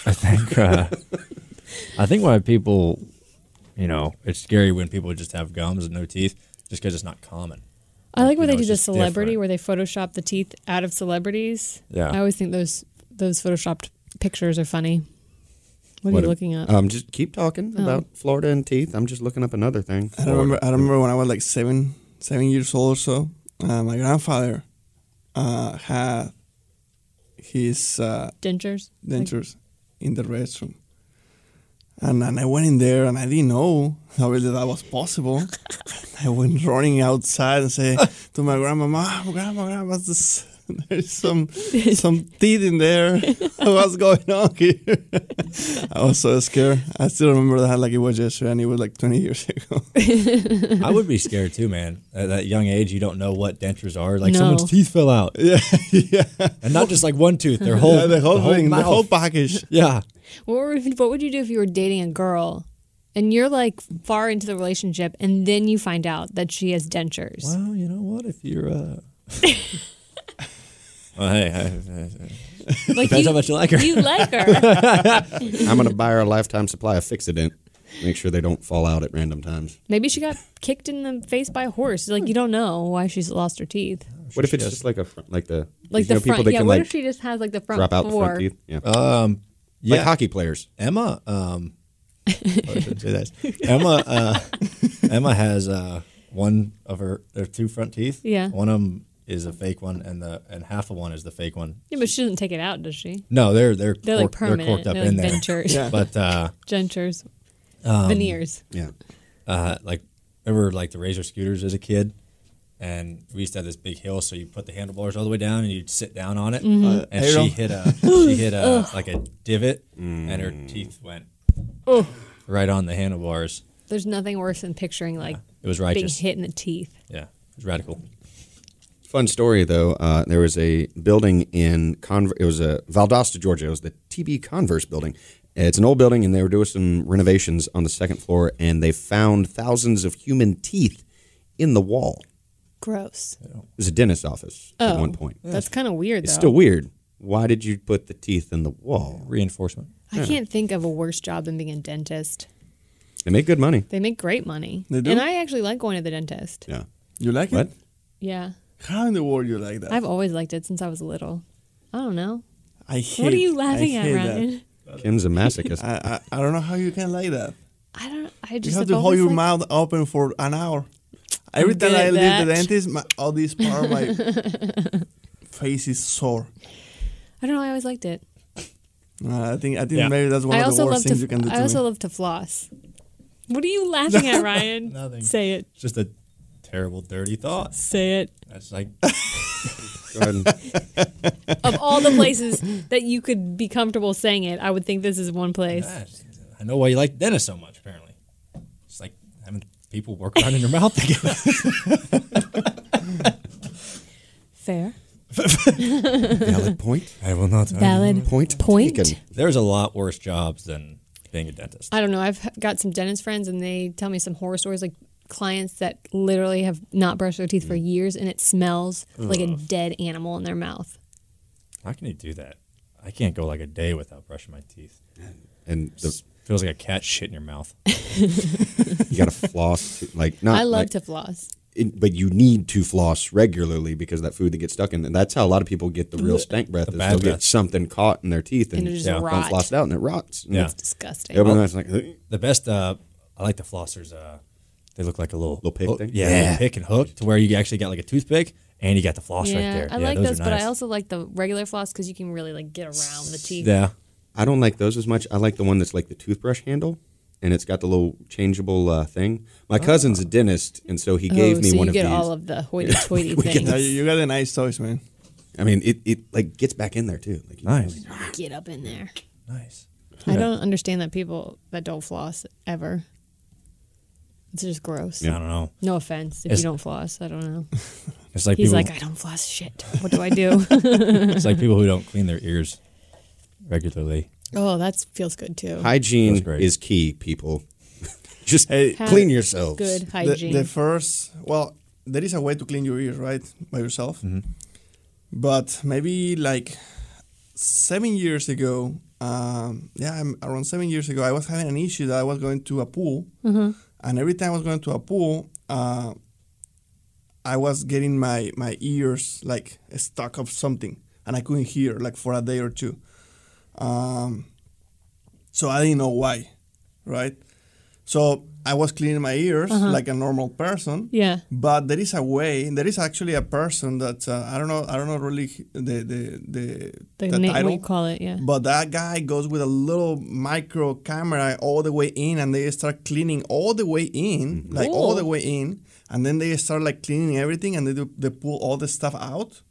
S2: I
S5: (laughs)
S2: think. Uh, I think why people, you know, it's scary when people just have gums and no teeth, just because it's not common.
S4: I like where
S2: You know,
S4: they do
S2: it's
S4: the
S2: just
S4: celebrity
S2: different.
S4: where they Photoshop the teeth out of celebrities.
S2: Yeah.
S4: I always think those those photoshopped pictures are funny. What are
S3: What
S4: you
S3: a-
S4: looking
S2: uh,
S4: Oh. up?
S3: Um, just keep talking about Florida and teeth. I'm just looking up another thing.
S5: I don't remember. I don't remember when I was like seven, seven years old or so. Uh, my grandfather uh, had his uh,
S4: Dentures. Like-
S5: dentures in the restroom. And, and I went in there and I didn't know obviously that was possible. I went running outside and say to my grandma, Mom, grandma, grandma, this, (laughs) there's some some teeth in there. (laughs) What's going on here? (laughs) I was so scared. I still remember that like it was yesterday and it was like 20 years (laughs) ago.
S2: I would be scared too, man. At that young age, you don't know what dentures are. Like
S4: No.
S2: someone's teeth fell out,
S5: yeah, (laughs) yeah.
S2: and not just like one tooth. Their whole,
S5: the whole thing, the
S2: mouth.
S5: whole package.
S2: yeah.
S4: What, would, what would you do if you were dating a girl and you're like far into the relationship and then you find out that she has dentures?
S2: Well, you know what? If you're,
S4: (laughs)
S2: uh... well, hey, I- I-
S4: Like
S2: Depends how much you like her. (laughs)
S4: You like her.
S3: I'm going to buy her a lifetime supply of Fixident. Make sure they don't fall out at random times.
S4: Maybe she got kicked in the face by a horse. Like you don't know why she's lost her teeth.
S3: What if it's just like a front, like the
S4: Like
S3: you know,
S4: the front.
S3: people that
S4: Yeah.
S3: can
S4: What
S3: like
S4: if she just has like the front
S3: drop out the
S4: four?
S3: front teeth? Yeah,
S2: um, yeah.
S3: like hockey players.
S2: Emma, um, I shouldn't say that. Emma,
S4: (laughs)
S2: uh, Emma has uh, one of her, her two front teeth.
S4: Yeah.
S2: one of them is a fake one, and the and half of one is the fake one.
S4: Yeah, but she doesn't take it out, does she?
S2: No, they're they're
S4: They're like
S2: corked- they're
S4: permanent.
S2: corked up
S4: They're
S2: in
S4: like
S2: there.
S4: dentures. Yeah.
S2: But uh,
S4: Dentures. veneers.
S3: Yeah,
S2: uh, like remember like the razor scooters as a kid and we used to have this big hill so you put the handlebars all the way down and you'd sit down on it
S4: Mm-hmm.
S2: and
S5: Ariel?
S2: she hit a she hit a like a divot and her teeth went right on the handlebars
S4: There's nothing worse than picturing like
S2: it was
S4: being
S2: righteous
S4: hit in the teeth.
S2: yeah it was radical
S3: fun story though. Uh, there was a building in Conver- it was a Valdosta, Georgia. It was the TB Converse building. It's an old building, and they were doing some renovations on the second floor, and they found thousands of human teeth in the wall.
S4: Gross.
S3: It was a dentist's office at
S4: Oh.
S3: one point.
S4: That's kind of weird.
S3: It's
S4: though.
S3: still weird. Why did you put the teeth in the wall?
S2: reinforcement
S4: I can't think of a worse job than being a dentist.
S3: They make good money.
S4: They make great money.
S5: They do?
S4: And I actually like going to the dentist.
S3: Yeah.
S5: You like
S3: What?
S5: it?
S4: Yeah.
S5: How in the world you like that?
S4: I've always liked it since I was little. I don't know.
S5: I hate.
S4: what are you
S5: I
S4: laughing at,
S5: hate that.
S4: Ryan? (laughs)
S3: Kim's a masochist.
S5: I, I I don't know how you can like that.
S4: I don't. I just
S5: You have
S4: I've
S5: to hold
S4: always,
S5: your
S4: like-
S5: mouth open for an hour. Every
S4: I'm
S5: time
S4: good
S5: I
S4: at
S5: leave the
S4: that.
S5: dentist, my, all this part
S4: (laughs)
S5: of my face is sore.
S4: I don't know. I always liked it.
S5: Uh, I think I think
S2: Yeah.
S5: maybe that's one
S4: I
S5: of
S4: also
S5: the
S4: love
S5: worst
S4: to.
S5: things you can do to
S4: I also
S5: me.
S4: love to floss. What are you laughing
S5: (laughs)
S4: at, Ryan?
S2: Nothing.
S4: Say it.
S2: It's just a terrible, dirty thought.
S4: Say it.
S2: That's like
S3: Go ahead and-
S4: (laughs) Of all the
S5: (laughs)
S4: places that you could be comfortable saying it, I would think this is one place.
S2: Yes. I know why you like dentists so much. Apparently, it's like having people work around in your mouth (laughs) together.
S4: Fair.
S3: Valid point.
S2: I will not.
S4: Valid
S3: Point
S4: Point.
S3: taken.
S2: There's a lot worse jobs than being a dentist.
S4: I don't know. I've got some dentist friends, and they tell me some horror stories, like clients that literally have not brushed their teeth for
S5: Mm.
S4: years, and it smells like a dead animal in their mouth.
S2: How can you do that? I can't go like a day without brushing my teeth.
S3: And the,
S2: Feels like a cat shit in your mouth.
S3: you got to floss. to- Like not.
S4: I love
S3: like,
S4: to floss.
S3: it- but you need to floss regularly because that food that gets stuck in. And that's how a lot of people get the real stank breath.
S2: the
S3: is
S2: bad
S3: they'll
S2: breath.
S3: get something caught in their teeth and,
S4: And it just
S2: Yeah.
S3: don't
S4: rot.
S3: floss it out, and it rots. And
S2: Yeah.
S3: it's-
S4: Disgusting.
S3: Every
S5: Oh.
S3: night's like, "Ugh."
S2: The best. Uh, I like the flossers. Uh, they look like a little
S3: Little pick
S2: hook-
S3: thing?
S2: Yeah,
S3: Yeah.
S2: little pick and hook to where you actually got like a toothpick and you got the floss right there.
S4: I
S2: yeah,
S4: like
S2: those,
S4: those,
S2: are
S4: but
S2: nice.
S4: I also like the regular floss because you can really like get around the teeth.
S2: yeah.
S3: I don't like those as much. I like the one that's like the toothbrush handle, and it's got the little changeable uh, thing. My cousin's a dentist, and so he
S4: Oh,
S3: gave me
S4: so
S3: one
S4: you
S3: of
S4: get
S3: these.
S4: all
S3: (laughs)
S4: of the hoity-toity things.
S5: Yeah, you, you got the nice toys, man.
S3: I mean, it, it like gets back in there too. Like, you-
S2: Nice.
S4: Get up in there.
S2: Nice.
S4: I don't understand that people that don't floss ever. It's just gross.
S2: I don't know.
S4: No offense if
S2: It's-
S4: you don't floss. I don't
S3: (laughs)
S4: know.
S2: It's like
S4: He's
S2: people,
S4: like, I don't floss shit. What do I do? (laughs)
S2: it's like people who don't clean their ears regularly.
S4: oh, that feels good too.
S3: Hygiene
S2: That's great.
S3: is key, people. (laughs) Just
S5: Hey,
S4: Have
S3: clean yourselves.
S4: Good
S5: The,
S4: hygiene.
S5: the first, well, there is a way to clean your ears, right, by yourself. But maybe like seven years ago, um, yeah, um, around seven years ago, I was having an issue that I was going to a pool, and every time I was going to a pool, uh, I was getting my my ears like stuck of something, and I couldn't hear like for a day or two. Um, so I didn't know why, right? So I was cleaning my ears like a normal person.
S4: Uh-huh. yeah.
S5: But there is a way. There is actually a person that uh, I don't know. I don't know really the the the,
S4: The,
S5: the
S4: name,
S5: title.
S4: what you call it, yeah.
S5: But that guy goes with a little micro camera all the way in, and they start cleaning all the way in, like all
S4: Cool.
S5: the way in, and then they start like cleaning everything, and they do, they pull all the stuff out.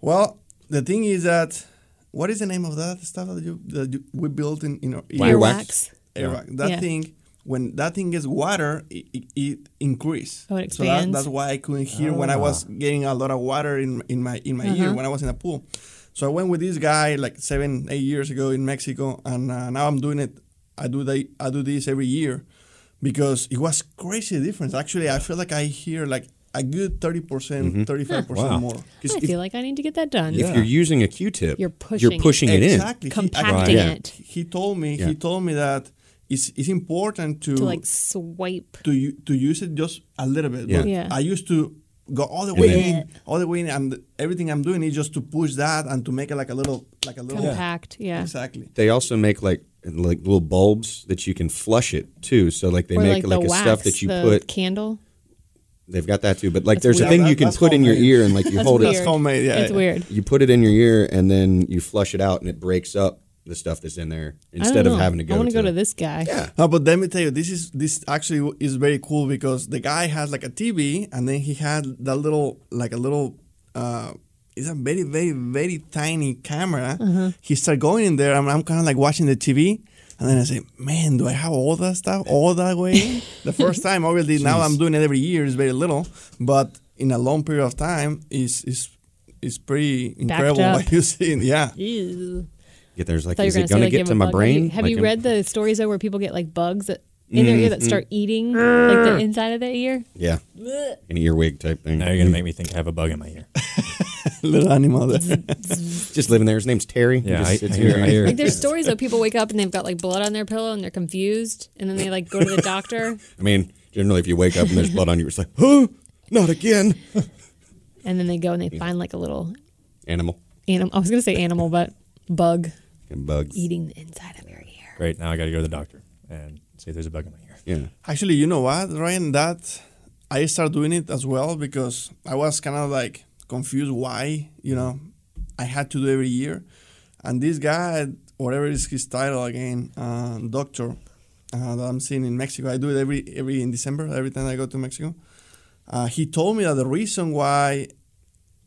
S5: Well, the thing is that what is the name of that stuff that you that you, we built in in our
S3: Earwax.
S5: Iraq. That
S4: Yeah.
S5: thing, when that thing gets water, it, it, it increase.
S4: Oh, it
S5: So that,
S4: expands.
S5: that's why I couldn't hear when I was getting a lot of water in in my in my
S4: Uh-huh.
S5: ear when I was in a pool. So I went with this guy like seven eight years ago in Mexico, and uh, now I'm doing it. I do the, I do this every year because it was crazy difference. Actually, I feel like I hear like a good thirty percent, thirty five
S2: Wow.
S5: percent more.
S3: 'Cause
S4: I
S3: if,
S4: feel like I need to get that done.
S3: if you're using a Q-tip,
S4: You're
S3: you're
S4: pushing
S3: pushing it, in.
S5: exactly. He- I-
S4: Compacting
S3: Right.
S4: it
S5: He told me.
S3: Yeah.
S5: He told me that it's it's important to
S4: to like swipe.
S5: to u- to use it just a little bit.
S3: Yeah.
S5: But
S4: Yeah.
S5: I used to go all the
S3: And
S5: way
S4: then-
S5: in, all the way in, and everything I'm doing is just to push that and to make it like a little, like a little.
S4: Compact, yeah.
S5: Exactly.
S3: They also make like like little bulbs that you can flush it too. So like they
S4: Or
S3: make
S4: like,
S3: like a
S4: the wax,
S3: stuff that you
S4: the
S3: put.
S4: candle.
S3: They've got that too. But like
S4: That's
S3: there's a
S4: weird.
S3: thing
S5: Yeah,
S3: you
S5: that-
S3: can
S5: that's
S3: put in your
S5: homemade.
S3: ear and like you
S4: That's
S3: hold
S4: weird.
S5: It's
S3: it.
S5: homemade. Yeah.
S4: It's weird.
S3: You put it in your ear and then you flush it out and it breaks up the stuff that's in there
S4: I
S3: instead
S4: don't
S3: of
S4: know.
S3: having to go.
S4: I want to go to this guy.
S3: Yeah.
S5: No, but let me tell you, this is this actually is very cool because the guy has like a TV, and then he had that little, like a little, uh, it's a very, very, very tiny camera. He started going in there, and I'm kind of like watching the TV, and then I say, "Man, do I have all that stuff all that way?" in?" the first time, obviously, now I'm doing it every year. It's very little, but in a long period of time, is is is pretty incredible
S4: up.
S5: what you see. (laughs) Yeah.
S4: Ew.
S3: Yeah, there's like,
S4: thought you were
S3: is
S4: gonna
S3: it
S4: say,
S3: gonna
S4: like, you
S3: get
S4: have
S3: to
S4: a
S3: my
S4: bug. Have you-
S3: brain?
S4: Have
S3: Like,
S4: you
S3: Mm-hmm.
S4: read the stories though where people get like bugs that in their ear that start eating like the inside of their ear?
S3: Yeah, an earwig type thing.
S2: Now you're gonna make me think I have a bug in my ear.
S5: little animal there.
S3: Just living there. His name's Terry. He
S2: Yeah,
S3: just
S2: I,
S3: sits
S2: I hear,
S3: here.
S2: I hear.
S4: Like there's stories of people wake up and they've got like blood on their pillow and they're confused and then they like go to the doctor
S3: I mean, generally, if you wake up and there's blood on you, it's like, huh, not again.
S4: and then they go and they find like a little
S3: Animal
S4: animal. I was gonna say animal, but bug
S3: and bugs.
S4: eating the inside of your ear.
S2: Great. Now I got to go to the doctor. and see if there's a bug in my ear.
S3: Yeah.
S5: Actually, you know what, Ryan? That I started doing it as well because I was kind of like confused why, you know, I had to do every year. And this guy, whatever is his title again, uh, doctor uh, that I'm seeing in Mexico, I do it every every in December, every time I go to Mexico. Uh, he told me that the reason why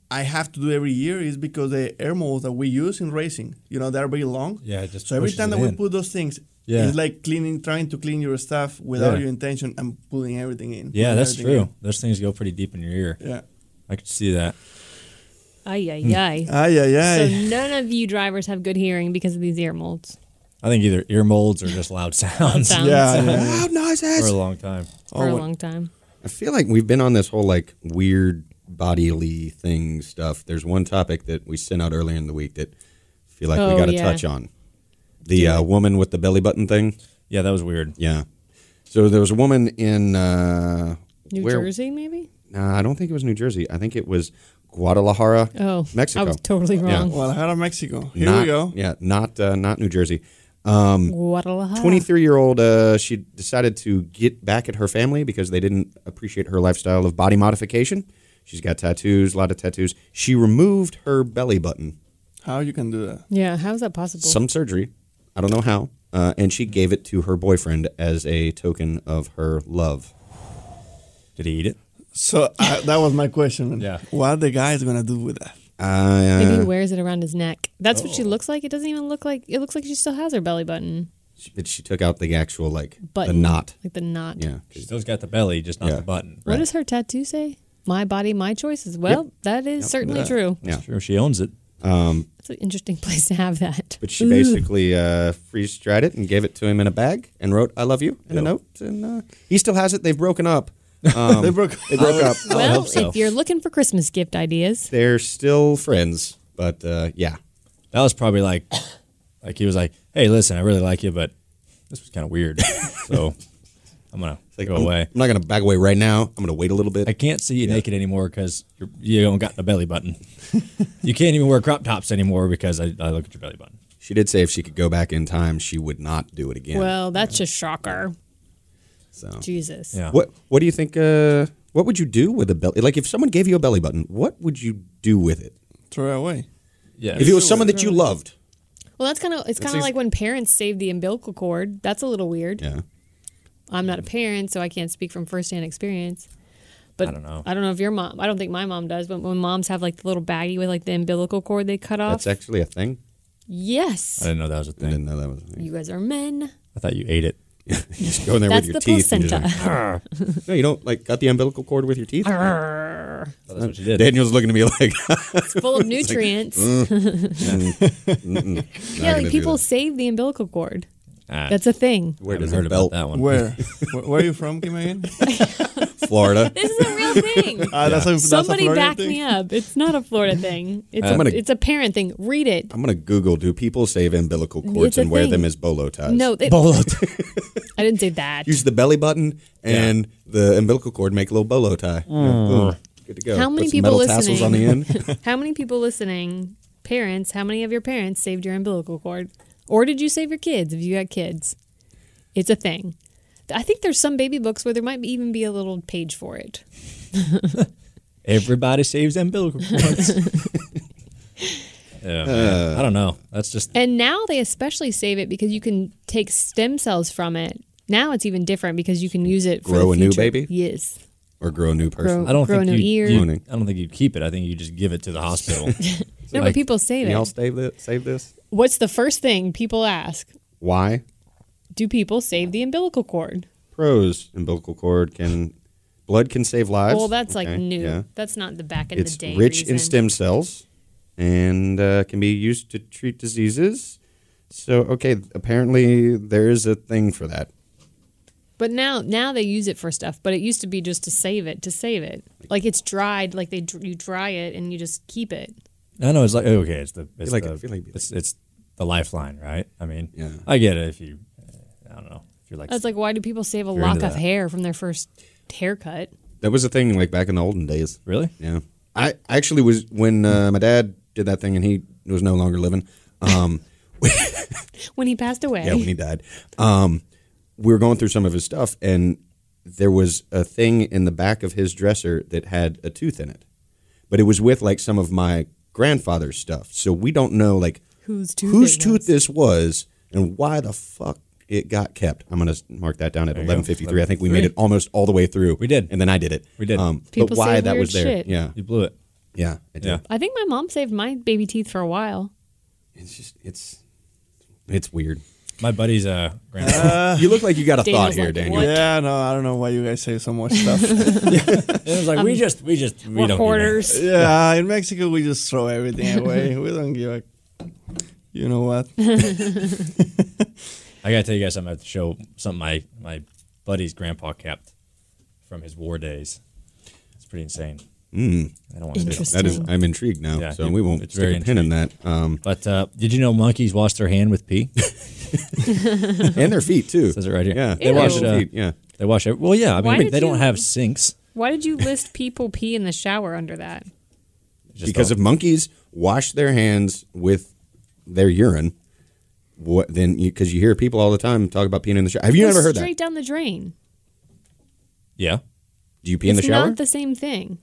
S5: I have to do every year is because the air modes that we use in racing, you know, they're very long.
S2: Yeah, it just
S5: so every
S2: pushes
S5: time
S2: it
S5: that we
S2: in.
S5: put those things,
S2: Yeah.
S5: it's like cleaning, trying to clean your stuff without
S2: Yeah.
S5: your intention and pulling everything in.
S2: Yeah,
S5: pulling
S2: that's
S5: everything
S2: true. Those things go pretty deep in your ear.
S5: in. Yeah.
S2: I could see that.
S4: Ay,
S3: Hmm.
S4: ay, ay.
S5: Ay, ay,
S4: So
S5: ay.
S4: none of you drivers have good hearing because of these ear molds.
S2: I think either ear molds or just loud (laughs) sounds
S4: Sounds
S5: yeah, yeah.
S3: Loud
S2: for a
S3: noises.
S2: long time.
S4: for
S5: Oh,
S4: a
S5: wait.
S4: long time.
S3: I feel like we've been on this whole like weird bodily thing stuff. There's one topic that we sent out earlier in the week that I feel like
S4: Oh,
S3: we got to
S4: yeah.
S3: touch on. The uh, woman with the belly button thing.
S2: Yeah, that was weird.
S3: Yeah. So there was a woman in uh,
S4: New
S3: where-
S4: Jersey, maybe?
S3: No, I don't think it was New Jersey. I think it was Guadalajara,
S4: Oh,
S3: Mexico.
S4: I was totally
S3: Yeah.
S4: wrong.
S5: Guadalajara, Mexico. Here
S3: Not-
S5: we go.
S3: Yeah, not uh, not New Jersey. Um,
S4: Guadalajara.
S3: 23 year old, uh, she decided to get back at her family because they didn't appreciate her lifestyle of body modification. She's got tattoos, a lot of tattoos. She removed her belly button,
S5: How you can do that?
S4: Yeah, how is that possible?
S3: some surgery, I don't know how, uh, and she gave it to her boyfriend as a token of her love.
S2: Did he eat it?
S5: So I, that was my question.
S2: Yeah.
S5: What the guy is gonna do with that?
S4: Maybe he
S3: Uh, Oh.
S4: wears it around his neck. That's what she looks like. It doesn't even look like it looks like she still has her belly button.
S3: she- but she took out the actual, like,
S4: Button.
S3: the knot.
S4: Like the knot.
S3: Yeah.
S2: She still's got the belly, just not
S3: Yeah.
S2: the button.
S4: What does her tattoo say? My body, my choices. Well, that is certainly true.
S3: Yeah.
S2: It's true. She owns it.
S4: It's an interesting (laughs) place to have that.
S3: But she basically uh, freeze dried it and gave it to him in a bag and wrote "I love you" in a note, and uh, he still has it. They've broken up. Um,
S5: They broke.
S3: they broke up.
S2: I
S4: Oh, well,
S2: hope so.
S4: if you're looking for Christmas gift ideas,
S3: They're still friends, but uh, yeah,
S2: That was probably like, (coughs) like he was like, "Hey, listen, I really like you, but this was kind of
S3: (laughs)
S2: weird, so I'm gonna
S3: like, oh.
S2: go
S3: I'm,
S2: away.
S3: I'm not gonna back away right now. I'm gonna wait a little bit.
S2: I can't see you naked anymore because you don't got the belly button. you can't even wear crop tops anymore because I, I look at your belly button.
S3: she did say if she could go back in time, she would not do it again.
S4: well, that's just shocker.
S3: so
S4: Jesus.
S2: Yeah.
S3: what what do you think? Uh, what would you do with a belly? Like if someone gave you a belly button, what would you do with it?
S5: Throw it away.
S2: Yeah.
S3: If it was someone that you loved,
S4: Well, that's kind of it's kind of
S3: ex-
S4: like when parents save the umbilical cord. That's a little weird.
S3: yeah,
S4: I'm not a parent, so I can't speak from firsthand experience. But
S2: I don't know.
S4: I don't know if your mom. I don't think my mom does. But when moms have like the little baggie with like the umbilical cord they cut off.
S3: that's actually a thing.
S2: I
S4: yes,
S2: didn't know that was a
S3: I
S2: thing.
S3: didn't know that was. A thing.
S4: you guys are men.
S2: I thought you ate
S3: (coughs)
S2: it.
S3: You just go in there
S4: That's
S3: with
S4: the
S3: your teeth. and just
S4: placenta.
S3: like- no, you don't like cut the umbilical cord with your
S4: (laughs)
S3: teeth.
S2: I thought that's what you did.
S3: Daniel's looking at me like, (laughs)
S4: it's full of nutrients. (laughs) yeah,
S3: gonna do
S4: like people
S3: that.
S4: save the umbilical cord.
S2: Ah,
S4: That's a thing.
S3: where
S2: I haven't
S3: does
S2: heard
S3: heard
S2: about
S3: belt?
S2: that one.
S5: Where? where, where are you from, Kim
S4: (laughs)
S5: again?
S3: Florida.
S4: This is a real thing.
S5: Uh, that's a, that's a
S4: Somebody
S5: Florida
S4: back
S5: thing.
S4: me up. It's not a Florida thing. It's
S3: I'm gonna-
S4: it's a parent thing. Read it.
S3: I'm gonna Google. Do people save umbilical cords
S4: a
S3: and wear
S4: thing.
S3: them as bolo ties?
S4: No, it,
S2: Bolo.
S3: (laughs)
S4: I didn't say that.
S3: Use the belly button and the umbilical cord make a little bolo tie. Boom.
S2: Mm.
S3: Good to go.
S4: How many
S3: Put some
S4: people
S3: metal tassels on the
S4: listening? (laughs)
S3: end.
S4: How many people listening, parents, how many of your parents saved your umbilical cord? Or did you save your kids if you got kids? It's a thing. I think there's some baby books where there might be- even be a little page for it.
S2: Everybody saves umbilical cords. (laughs) Yeah,
S3: Uh.
S2: man. I don't know. That's just
S4: And now they especially save it because you can take stem cells from it. Now it's even different because you can use it for
S3: Grow
S4: the
S3: a new
S4: future.
S3: baby?
S4: Yes.
S3: or grow a new person.
S4: Grow-
S2: I don't
S4: Grow
S2: think
S4: a new
S2: you,
S4: ear.
S2: you-
S3: Morning.
S2: I don't think you'd keep it. I think you just give it to the
S3: (laughs)
S2: hospital.
S4: No, but
S2: Like-
S4: people save
S3: Can y'all
S4: it.
S3: save this? Save this?
S4: What's the first thing people ask?
S3: Why?
S4: Do people save the umbilical cord?
S3: Pros. Umbilical cord can blood can save lives.
S4: Well, that's like
S3: Okay,
S4: new.
S3: yeah.
S4: That's not the back in
S3: It's
S4: the day.
S3: rich in
S4: reason.
S3: stem cells and uh, can be used to treat diseases. So okay, apparently there is a thing for that.
S4: But now, now they use it for stuff. But it used to be just to save it, to save it. Like it's dried. Like they dr- you dry it and you just keep it.
S2: I know it's like okay, it's the it's
S3: like-
S2: the,
S3: I feel like-
S2: it's, it's the lifeline, right? I mean,
S3: Yeah.
S2: I get it if you, I don't know, if you're like,
S4: That's like why do people save a
S2: You're
S4: lock
S2: into
S4: of
S2: that.
S4: hair from their first haircut?
S3: That was a thing like back in the olden days.
S2: really?
S3: Yeah. I actually was when uh, my dad did that thing and he was no longer living. Um,
S4: When he passed away,
S3: yeah, when he died. Um, we were going through some of his stuff, and there was a thing in the back of his dresser that had a tooth in it, but it was with like some of my grandfather's stuff. So we don't know like
S6: Whose tooth
S3: whose
S6: it
S3: tooth
S6: was.
S3: this was and why the fuck it got kept. I'm gonna mark that down at 11:53. I think we made it almost all the way through.
S2: We did.
S3: and then I did it. Um,
S2: We did.
S3: but
S4: People
S3: why
S4: say
S3: that
S4: weird
S3: was there?
S4: shit.
S3: Yeah,
S2: You blew it.
S3: yeah, I did.
S2: Yeah.
S4: I think my mom saved my baby teeth for a while.
S3: It's just it's it's weard.
S2: My buddy's uh, grandpa.
S3: (laughs) you look like you got a
S4: Daniel's
S3: thought here,
S4: like,
S3: Daniel.
S4: What?
S5: Yeah, no, I don't know why you guys say so much stuff. (laughs)
S2: it was like
S4: um,
S2: we just we just we
S4: We're
S2: don't. do that.
S4: hoarders.
S5: yeah, in Mexico we just throw everything away. We don't give a. You know what?
S2: I gotta tell you guys something about the show. Something my my buddy's grandpa kept from his war days. It's pretty insane.
S3: Mm,
S2: I don't want to do it.
S6: Interesting.
S3: that is, I'm intrigued now.
S2: Yeah,
S3: so
S2: you-
S3: we won't
S2: it's
S3: stick
S2: very
S3: a pin in that. Um,
S2: But uh, did you know monkeys wash their hand with
S3: (laughs)
S2: pee?
S3: and their feet
S2: (laughs)
S3: too.
S2: Says it right here.
S3: Yeah,
S2: They wash
S3: wash
S2: it.
S3: their
S2: Uh,
S3: feet. Yeah,
S2: they wash it. Well, yeah. I
S4: Why
S2: mean,
S4: did
S2: they don't
S4: you-
S2: have sinks.
S4: Why did you list people pee in the shower under that?
S2: Just
S3: because
S2: all-
S3: if monkeys wash their hands with their urine, what then? Because you, hear people all the time talk about peeing in the shower. Have you
S4: Goes
S3: ever heard that?
S4: Straight down the drain.
S2: yeah.
S3: Do you pee in
S4: it's
S3: the shower?
S4: not the same thing.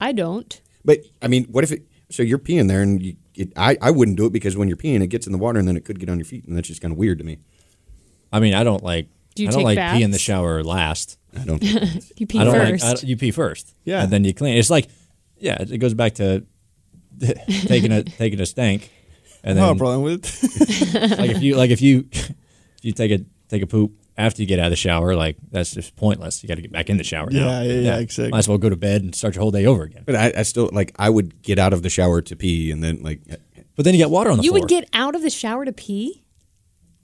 S4: I don't.
S3: but I mean, what if it? So you're peeing there, and you, it, I I wouldn't do it because when you're peeing, it gets in the water, and then it could get on your feet, and that's just kind of weird to me.
S2: I mean, I don't like.
S4: Do you
S2: I don't
S4: take
S2: like pee in the
S4: baths?
S2: shower last.
S3: I don't. think that's-
S4: You pee
S2: I don't
S4: first.
S2: like. I don't- you pee first.
S5: Yeah.
S2: And then you clean. It's like, yeah. It goes back to (laughs) taking a taking a stank, and
S5: No
S2: then
S5: problem with it.
S2: like if you like if you (laughs) if you take a take a poop after you get out of the shower, like that's just pointless. You got to get back in the shower. now.
S5: Yeah, yeah, yeah, exactly.
S2: Might as well go to bed and start your whole day over again.
S3: But I, I still like I would get out of the shower to pee and then like
S2: But then you got water on the
S4: you
S2: floor.
S4: would get out of the shower to pee?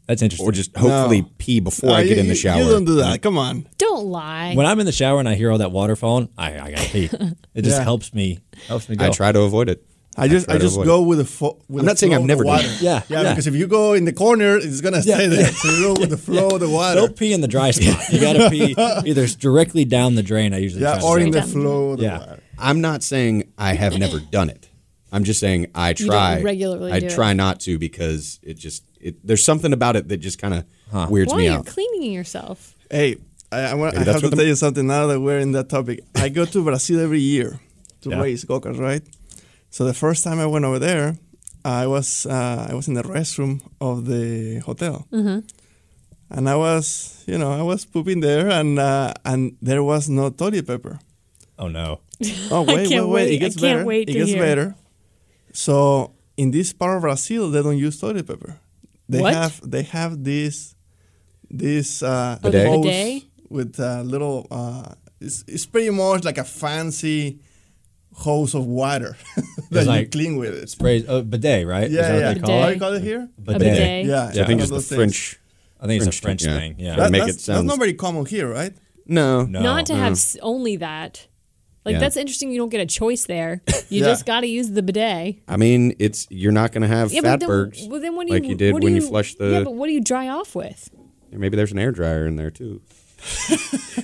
S2: that's interesting.
S3: or just hopefully
S5: No.
S3: pee before
S5: No, (laughs)
S3: I get
S5: Ah, you-
S3: in the shower.
S5: You don't do that. Come on.
S4: Don't lie.
S2: when I'm in the shower and I hear all that water falling, I, I gotta pee. It just
S5: Yeah.
S2: helps me helps me go.
S3: I try to avoid it.
S5: I just
S3: try
S5: I
S3: to
S5: just
S3: avoid
S5: go
S3: it.
S5: with the fo- with
S3: I'm
S5: the
S3: not saying
S5: flow
S3: I've
S5: of
S3: never
S5: the
S3: done
S5: water.
S3: it.
S2: Yeah,
S5: yeah,
S2: yeah.
S5: because if you go in the corner, it's gonna stay
S2: (laughs)
S5: there. So you go with the flow of the water.
S2: Don't pee in the dry spot. You gotta pee either directly down the drain. I usually try
S5: Yeah,
S2: to
S5: or
S2: do.
S5: in the
S4: Straight down.
S5: flow of the
S2: Yeah.
S5: water.
S3: I'm not saying I have never
S4: (clears throat)
S3: done it. I'm just saying I
S4: don't
S3: try
S4: regularly
S3: I
S4: do it.
S3: try not to because it just it, there's something about it that just kind of weirds
S4: Why
S3: me
S4: are you
S3: out.
S4: cleaning yourself?
S5: Hey, I, I, want, I
S3: Maybe that's
S5: have to
S3: what the-
S5: tell you something now that we're in that topic. I go to Brazil every year to
S2: Yeah.
S5: race go-karts, right? So the first time I went over there, I was uh, I was in the restroom of the hotel, and I was you know I was pooping there, and uh, and there was no toilet paper.
S2: Oh no.
S5: Oh wait,
S4: can't
S5: wait, wait!
S4: wait.
S5: It
S4: (laughs)
S5: gets
S4: I can't
S5: better.
S4: wait
S5: it
S4: to
S5: gets
S4: hear.
S5: better. So in this part of Brazil, they don't use toilet paper. They
S4: What?
S5: have they have this this uh,
S3: Bidet?
S5: hose
S4: Bidet?
S5: with a little. Uh, it's, it's pretty much like a fancy hose of water (laughs) that you
S2: like-
S5: clean with. It's
S2: Praise uh, bidet, right? Is
S5: yeah,
S2: that
S5: yeah.
S2: what they call it?
S5: How do you call it here?
S4: A
S2: Bidet.
S4: bidet.
S5: Yeah,
S2: Yeah.
S3: I think it's
S5: one
S3: the
S5: of those
S3: French.
S2: I think it's a French
S3: French
S2: thing.
S3: thing, yeah.
S2: Yeah.
S3: That- make
S5: that's,
S3: it sound-
S5: That's not very common here, right?
S3: No. mm.
S2: no.
S4: Not to have s- only that. Like,
S3: Yeah.
S4: that's interesting. You don't get a choice
S3: (laughs)
S4: there. You
S5: Yeah.
S4: just got to use the bidet.
S3: I mean, it's you're not going to have
S4: Yeah, but then,
S3: fatbergs
S4: well, then what do
S3: like you did
S4: what do
S3: when you, flushed the
S4: Yeah, but what do you dry off with?
S3: maybe there's an air dryer in there
S4: (laughs)
S3: too.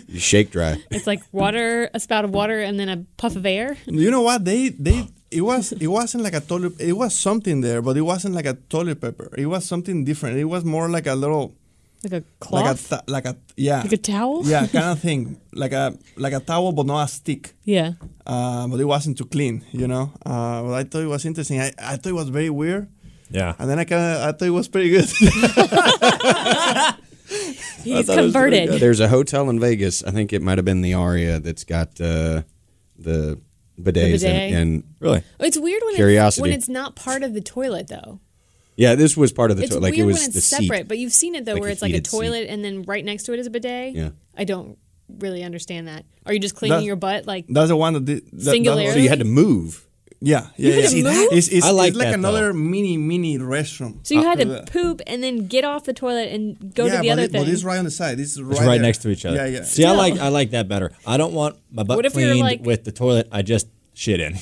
S3: you shake dry. (laughs)
S4: It's like water, a spout of water, and then a puff of air.
S5: You know what they they it was it wasn't like a toilet it was something there but it wasn't like a toilet paper it was something different it was more like a little
S4: Like a
S5: like a
S4: cloth?
S5: ta- like a yeah
S4: Like a towel? (laughs)
S5: yeah kind of thing like a like a towel but not a stick
S4: yeah.
S5: uh, but it wasn't too clean you know uh, but I thought it was interesting I, I thought it was very weird
S2: Yeah.
S5: and then I kind of I thought it was pretty
S4: (laughs)
S5: good
S4: He's
S3: thought it was pretty
S4: converted.
S3: good. There's a hotel in Vegas. I think it might have been the Aria that's got uh, the bidets
S4: bidet.
S3: And, and
S2: Really?
S4: It's weird when it's,
S3: Curiosity.
S4: when it's not part of the toilet though.
S3: yeah, this was part of the
S4: It's
S3: toilet. Like
S4: weird
S3: it was
S4: when
S3: the
S4: it's
S3: seat.
S4: separate, but you've seen it though,
S3: Like
S4: where
S3: a
S4: it's like a
S3: heated seat.
S4: toilet and then right next to it is a bidet.
S3: Yeah.
S4: I don't really understand that. Are you just cleaning
S5: That's-
S4: your butt like
S5: that's the one that did that,
S4: Singularity?
S3: so you had to move.
S5: yeah yeah, yeah.
S4: had to See, that- move?
S5: It's, it's,
S2: I like
S5: it's like
S2: that,
S5: another mini mini restroom
S4: so you had to
S5: that.
S4: poop and then get off the toilet and go
S5: Uh, yeah,
S4: to the
S5: but
S4: other
S5: it,
S4: thing.
S5: but it's right on the side it's right,
S2: It's right
S5: there.
S2: next to each other.
S5: yeah yeah
S2: See, I like I like that better. I don't want my butt
S4: What if you're
S2: cleaned
S4: like-
S2: with the toilet I just shit in.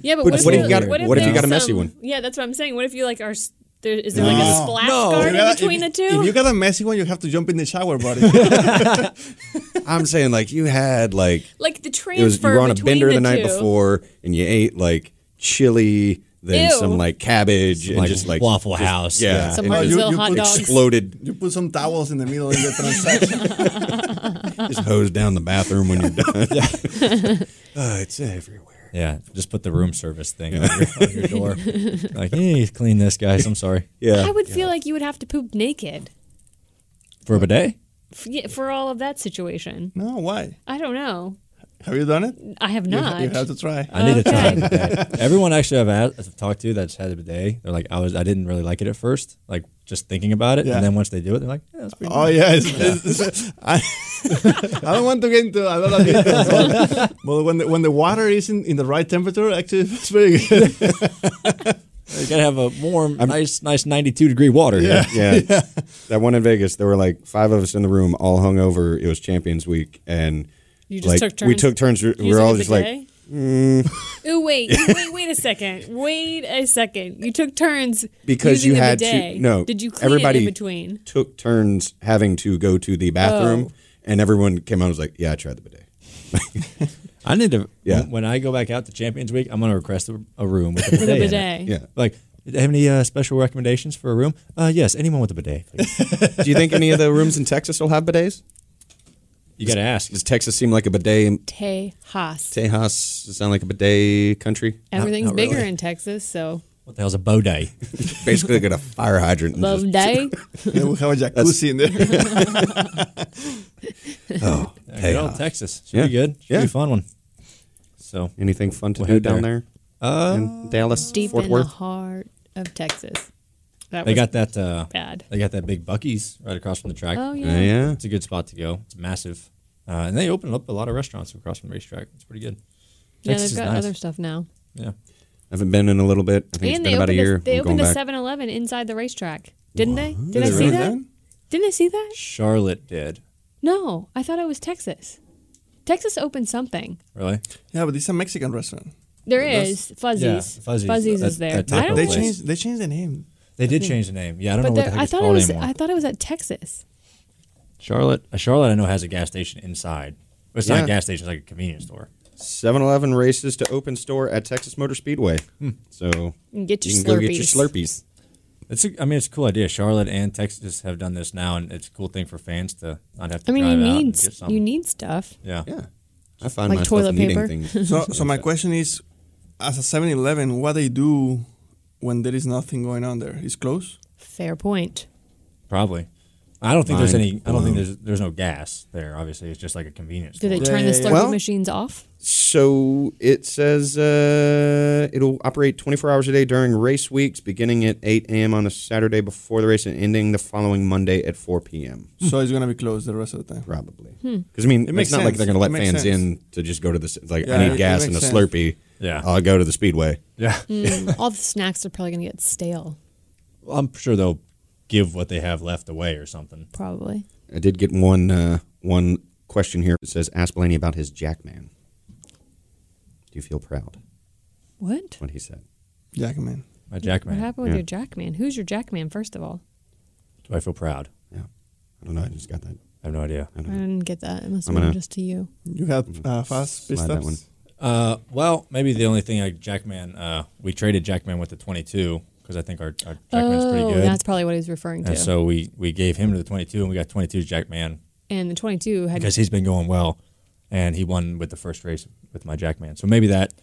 S4: yeah,
S3: But
S4: but what, if,
S2: what if
S4: there-
S2: you got-
S3: what if you
S4: there's
S3: got a messy
S4: some-
S3: one?
S4: Yeah, that's what I'm saying. What if you like are s- there is there like a
S5: No.
S4: splash
S2: No.
S4: guard
S5: You
S4: in
S5: gotta-
S4: between
S5: if-
S4: the two?
S5: If you got a messy one, you have to jump in the shower,
S4: (laughs)
S5: buddy.
S3: I'm saying like you had like
S4: like the
S3: it was you
S4: transfer
S3: were on a
S4: between
S3: bender the, night
S4: two.
S3: before and you ate like chili than
S4: Ew.
S3: some like cabbage and
S2: Like
S3: just like
S2: Waffle
S3: just-
S2: House,
S3: Yeah,
S2: yeah.
S4: Some
S3: and
S5: Oh, you-
S4: Martinsville
S5: you
S4: hot
S5: put
S4: dogs. (laughs)
S3: exploded,
S5: You put some towels in the middle in the transaction.
S3: just hose down the bathroom
S4: (laughs)
S3: when you're done. (laughs) Uh, it's everywhere.
S2: Yeah, just put the room service thing on, your, on your door. like, hey, clean this, guys. I'm sorry
S3: Yeah,
S4: I would feel like you would have to poop naked
S2: for a bidet.
S4: f- yeah, for all of that situation.
S5: no, why?
S4: I don't know.
S5: Have you done it?
S4: I have
S5: You-
S4: not.
S5: You, have to try.
S2: I need to try a
S4: Okay.
S2: bidet. Everyone actually I've, asked, I've talked to that's had a bidet, they're like, I was, I didn't really like it at first, like just thinking about it,
S5: Yeah.
S2: and then once they do it, they're like, yeah, that's pretty.
S5: (laughs) Oh yeah,
S4: (laughs)
S5: it's, (laughs) it's- I, I don't want to get into a lot of details. But, (laughs) but when the, when the water is in, in the right temperature, actually, (laughs) it's very
S4: (laughs)
S5: good.
S2: You gotta have a warm, nice, nice 92 degree water.
S3: yeah,
S2: Yeah.
S5: (laughs)
S3: yeah. That one in Vegas, there were like five of us in the room, all hungover. It was Champions Week, and
S4: You just
S3: like,
S4: took
S3: We
S4: turns
S3: took turns. We
S4: Using
S3: were all
S4: a
S3: just like, mm.
S4: bidet? Ooh,
S3: (laughs)
S4: wait, you- wait, wait a second. Wait a second. You took turns
S3: Because
S4: using
S3: you
S4: the
S3: had to-
S4: bidet.
S3: no,
S4: Did you clean it
S3: everybody-
S4: in between?
S3: took turns having to go to the bathroom,
S4: Oh.
S3: and everyone came out and was like, "Yeah, I tried the bidet."
S2: I need to.
S3: Yeah.
S2: When I go back out to Champions Week, I'm gonna request a, a room (laughs) with a bidet.
S4: With a
S2: in it.
S4: bidet.
S3: Yeah.
S2: Like, do you have any uh, special recommendations for a room? Uh, yes, anyone with a bidet. please.
S3: Do you think any of the rooms in Texas will have bidets?
S2: You gotta ask.
S3: Does Texas seem like a bidet?
S4: Tejas.
S3: Tejas does it sound like a bidet country.
S4: Everything's
S2: not
S4: bigger
S2: really.
S4: in Texas, so
S2: What the hell's a bidet?
S3: Basically, got a fire hydrant. and (laughs)
S4: love day.
S5: Then we have a jacuzzi in there.
S4: (laughs)
S3: just- oh,
S2: Good old
S3: Tejas.
S2: Texas. Should
S3: Yeah.
S2: be good. Should
S3: Yeah.
S2: be a fun one. So
S3: Anything fun to
S2: We'll
S3: do
S2: head
S3: down
S2: there.
S3: there? in Dallas,
S4: Deep
S3: Fort
S4: in
S3: Worth.
S4: the heart of Texas. That
S2: they
S4: was
S2: got that. Uh,
S4: bad.
S2: They got that big Bucky's right across from the track.
S4: Oh
S3: Yeah,
S4: yeah.
S3: yeah.
S2: It's a good spot to go. It's massive, uh, and they open up a lot of restaurants across from the racetrack. It's pretty good.
S4: Yeah,
S2: Texas is
S4: they've got
S2: nice.
S4: other stuff now.
S2: Yeah,
S3: I haven't been in a little bit. I think
S4: and
S3: it's
S4: they
S3: been about a
S4: opened
S3: year.
S4: a, they
S3: I'm going
S4: opened
S3: back.
S4: a 7-Eleven inside the racetrack. Didn't they? Did, I
S5: they
S4: see
S5: really
S4: that?
S5: then?
S4: Didn't I see that?
S2: Charlotte did.
S4: No, I thought it was Texas. Texas opened something.
S2: Really?
S5: Yeah, but it's a Mexican restaurant.
S4: There
S5: That's-
S4: is Fuzzies.
S2: yeah, Fuzzies.
S4: Fuzzies
S2: That-
S4: is there.
S2: that type
S4: I
S2: of
S4: don't
S5: They
S2: place.
S5: changed they changed the
S4: (laughs)
S5: name.
S2: They did change the name. Yeah, I don't
S4: But
S2: know what the
S4: there,
S2: heck
S4: I
S2: it's
S4: thought it
S2: called
S4: was.
S2: anymore.
S4: I thought it was at Texas.
S2: Charlotte, uh, Charlotte, I know has a gas station inside. Well, It's not
S3: Yeah.
S2: a gas station; it's like a convenience store.
S3: 7-Eleven races to open store at Texas Motor Speedway. So
S4: And get your
S3: you can go get your
S4: Slurpees.
S3: Slurpees.
S2: It's, a, I mean, it's a cool idea. Charlotte and Texas have done this now, and it's a cool thing for fans to not have to.
S4: I mean, you
S2: drive out and
S4: need
S2: get something.
S4: you need stuff.
S2: Yeah.
S3: Yeah, I find
S4: Like
S3: myself
S4: toilet
S3: needing
S4: paper?
S3: things.
S4: (laughs)
S5: So so my question is, as a 7-Eleven, what they do when there is nothing going on there? It's closed.
S4: Fair point.
S2: probably. I don't think there's
S3: Mind
S2: any. I don't think there's there's no gas there. Obviously, it's just like a convenience.
S4: Do
S2: store.
S4: they
S5: Yeah,
S4: turn
S5: yeah,
S4: the
S5: yeah.
S4: Slurpee
S3: Well-
S2: (laughs)
S4: machines off?
S3: So it says uh, it'll operate 24 hours a day during race weeks, beginning at 8 a.m. on a Saturday before the race and ending the following Monday at 4 p.m.
S5: So it's gonna be closed the rest of the time.
S3: Probably.
S4: Hmm.
S3: Because I mean,
S5: It makes
S3: it's not like
S5: sense.
S3: they're going to let
S5: It makes
S3: fans
S5: sense.
S3: in to just go to the like.
S5: Yeah,
S3: I
S5: it-
S3: need
S5: it
S3: gas and
S5: makes
S3: a
S5: sense.
S3: Slurpee.
S2: Yeah.
S3: I'll go to the speedway.
S2: Yeah.
S4: Mm, all the snacks are probably going to get stale.
S2: I'm sure they'll give what they have left away or something.
S4: Probably.
S3: I did get one uh, one question here. It says, "Ask Blaney about his Jackman." Do you feel proud?
S4: What?
S3: What he said.
S5: Jackman.
S2: My Jackman.
S4: What happened with
S3: Yeah.
S4: your Jackman? Who's your Jackman? First of all,
S2: Do I feel proud?
S3: Yeah, I don't know. I just got that.
S2: I have no idea.
S3: I
S4: I
S3: don't know.
S4: didn't get that. It must
S3: I'm
S4: have been
S3: gonna-
S4: just to you.
S5: You
S2: Mm-hmm.
S5: had uh, fast
S3: Slide that one.
S5: pistols.
S2: Uh, well, maybe the only thing I Jackman, uh, we traded Jackman with the 22 because I think our, our Jackman's pretty
S4: oh,
S2: good.
S4: that's probably what he's referring to.
S2: and so we, we gave him to the 22 and we got 22 Jackman
S4: and the 22 had
S2: because he's been going well and he won with the first race with my Jackman. So maybe that,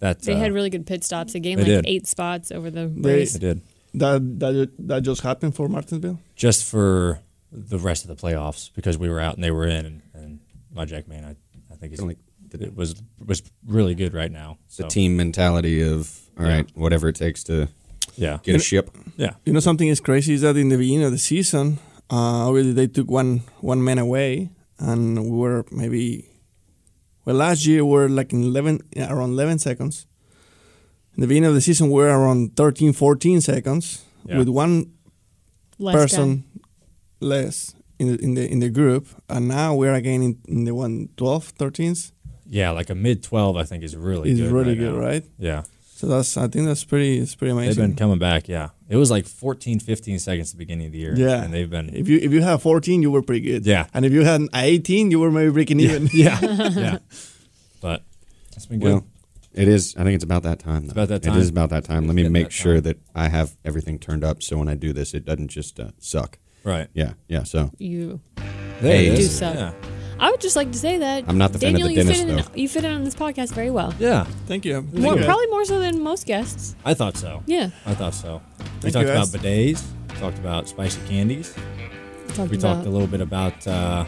S2: that,
S4: they
S2: uh,
S4: had really good pit stops. They gained
S2: they
S4: like
S2: did.
S4: eight spots over the
S5: They-
S4: race.
S2: I did
S5: That that that just happened for Martinsville.
S2: just for the rest of the playoffs because we were out and they were in and, and my Jackman, I, I think he's,
S3: Kinda like
S2: it was, was really good right now.
S3: The
S2: So,
S3: team mentality of all right, whatever it takes to
S2: Yeah.
S3: get a ship.
S2: Yeah.
S5: You know something is crazy is that in the beginning of the season, uh, obviously they took one one man away, and we were maybe well last year we were like in eleven yeah, around eleven seconds. In the beginning of the season we were around 13, 14 seconds
S2: Yeah.
S5: with one
S4: Less
S5: person less in the, in the in the group, and now we're again in, in the one 12, 13s.
S2: Yeah. Like a mid 12, I think is really
S5: It's
S2: good.
S5: really
S2: right
S5: good,
S2: now.
S5: right?
S2: Yeah.
S5: So that's I think that's pretty it's pretty amazing.
S2: They've been coming back, yeah. It was like 14, 15 seconds at the beginning of the year.
S5: Yeah,
S2: And they've been.
S5: (laughs) If you if you had 14, you were pretty good.
S2: Yeah.
S5: and if you had an 18, you were maybe breaking even.
S2: Yeah. yeah. But it's been good.
S3: Well, It is. I think it's about that time. Though.
S2: about that
S3: It is
S2: time.
S3: about that time.
S2: It's
S3: Let me
S2: getting
S3: make
S2: that
S3: sure
S2: time.
S3: that I have everything turned up so when I do this, it doesn't just uh, suck.
S2: Right.
S3: Yeah. Yeah. So
S4: You.
S2: There
S3: Hey.
S2: it
S3: Do
S2: is.
S4: suck.
S2: Yeah.
S4: I would just like to say that
S3: I'm not the fan of
S4: Daniel,
S3: the
S4: you fit
S3: dentist,
S4: in, you fit in on this podcast very well.
S2: Yeah.
S5: (laughs) Thank you. Thank
S4: More,
S5: you.
S4: probably more so than most guests.
S2: I thought so.
S4: Yeah.
S2: I thought so. We
S5: Thank
S2: talked
S5: you,
S2: about
S5: guys.
S2: bidets. We talked about spicy candies.
S4: Talked
S2: We
S4: about
S2: talked a little bit about uh,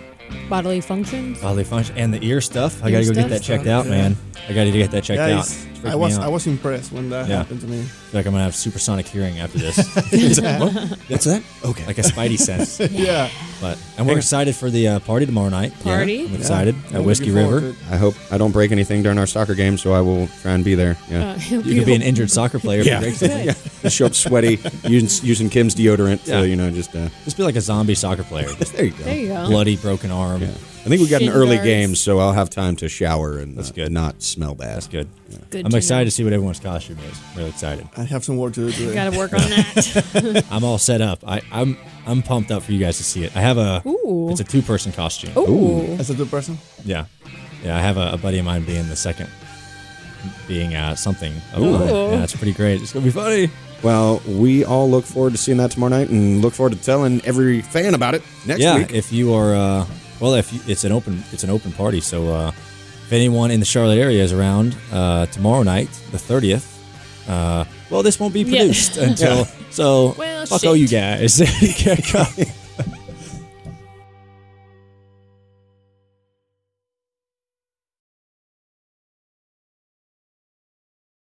S4: bodily functions.
S2: bodily function and the ear stuff. I
S4: Ear
S2: got to go get
S4: stuff?
S2: that checked out,
S5: Yeah.
S2: man. I got to get that checked out.
S5: Guys,
S2: It's freaking
S5: I was
S2: me out.
S5: I was impressed when that
S2: Yeah.
S5: happened to me. (laughs)
S2: I feel like I'm going to have supersonic hearing after this, (laughs)
S3: what's that? Okay.
S2: like a spidey
S5: (laughs)
S2: sense.
S5: Yeah.
S2: But And we're excited for the uh, party tomorrow night.
S4: Party?
S2: I'm excited
S5: Yeah.
S2: at Whiskey
S5: Looking forward
S2: River.
S5: to
S3: I hope I don't break anything during our soccer game, so I will try and be there. Yeah.
S4: Uh,
S2: You could be
S4: (laughs)
S2: an injured
S5: (laughs)
S2: soccer player. if you
S3: (laughs) Yeah.
S2: break something.
S4: good.
S3: Just show up sweaty, using, using Kim's deodorant. So
S2: Yeah.
S3: you know, just uh,
S2: Just be like a zombie soccer player. Just
S3: there you go.
S4: There you go.
S2: bloody broken arm.
S3: Yeah. I think we got an
S4: Shin
S3: early
S4: guards.
S3: game, so I'll have time to shower and
S2: That's
S3: uh,
S2: good.
S3: not smell bad.
S2: That's good.
S4: Good
S2: I'm
S4: to
S2: excited
S4: know.
S2: to see what everyone's costume is. Really excited.
S5: I have some work to do today.
S4: Got to work on that.
S2: I'm all set up. I, I'm I'm pumped up for you guys to see it. I have a
S4: Ooh.
S2: it's a two person costume.
S4: Ooh.
S5: As a good person.
S2: Yeah, yeah. I have a, a buddy of mine being the second, being uh, something. of
S4: Ooh.
S2: mine. Yeah, that's pretty great. It's gonna be funny.
S3: Well, we all look forward to seeing that tomorrow night, and look forward to telling every fan about it next
S2: yeah,
S3: week.
S2: if you are, uh, well, if you, it's an open it's an open party, so uh, if anyone in the Charlotte area is around uh, tomorrow night, the thirtieth. Uh, well, this won't be
S4: (laughs) Yeah.
S2: produced until so.
S4: Well,
S2: fuck all (laughs) you
S4: shit.
S2: guys. You can't come.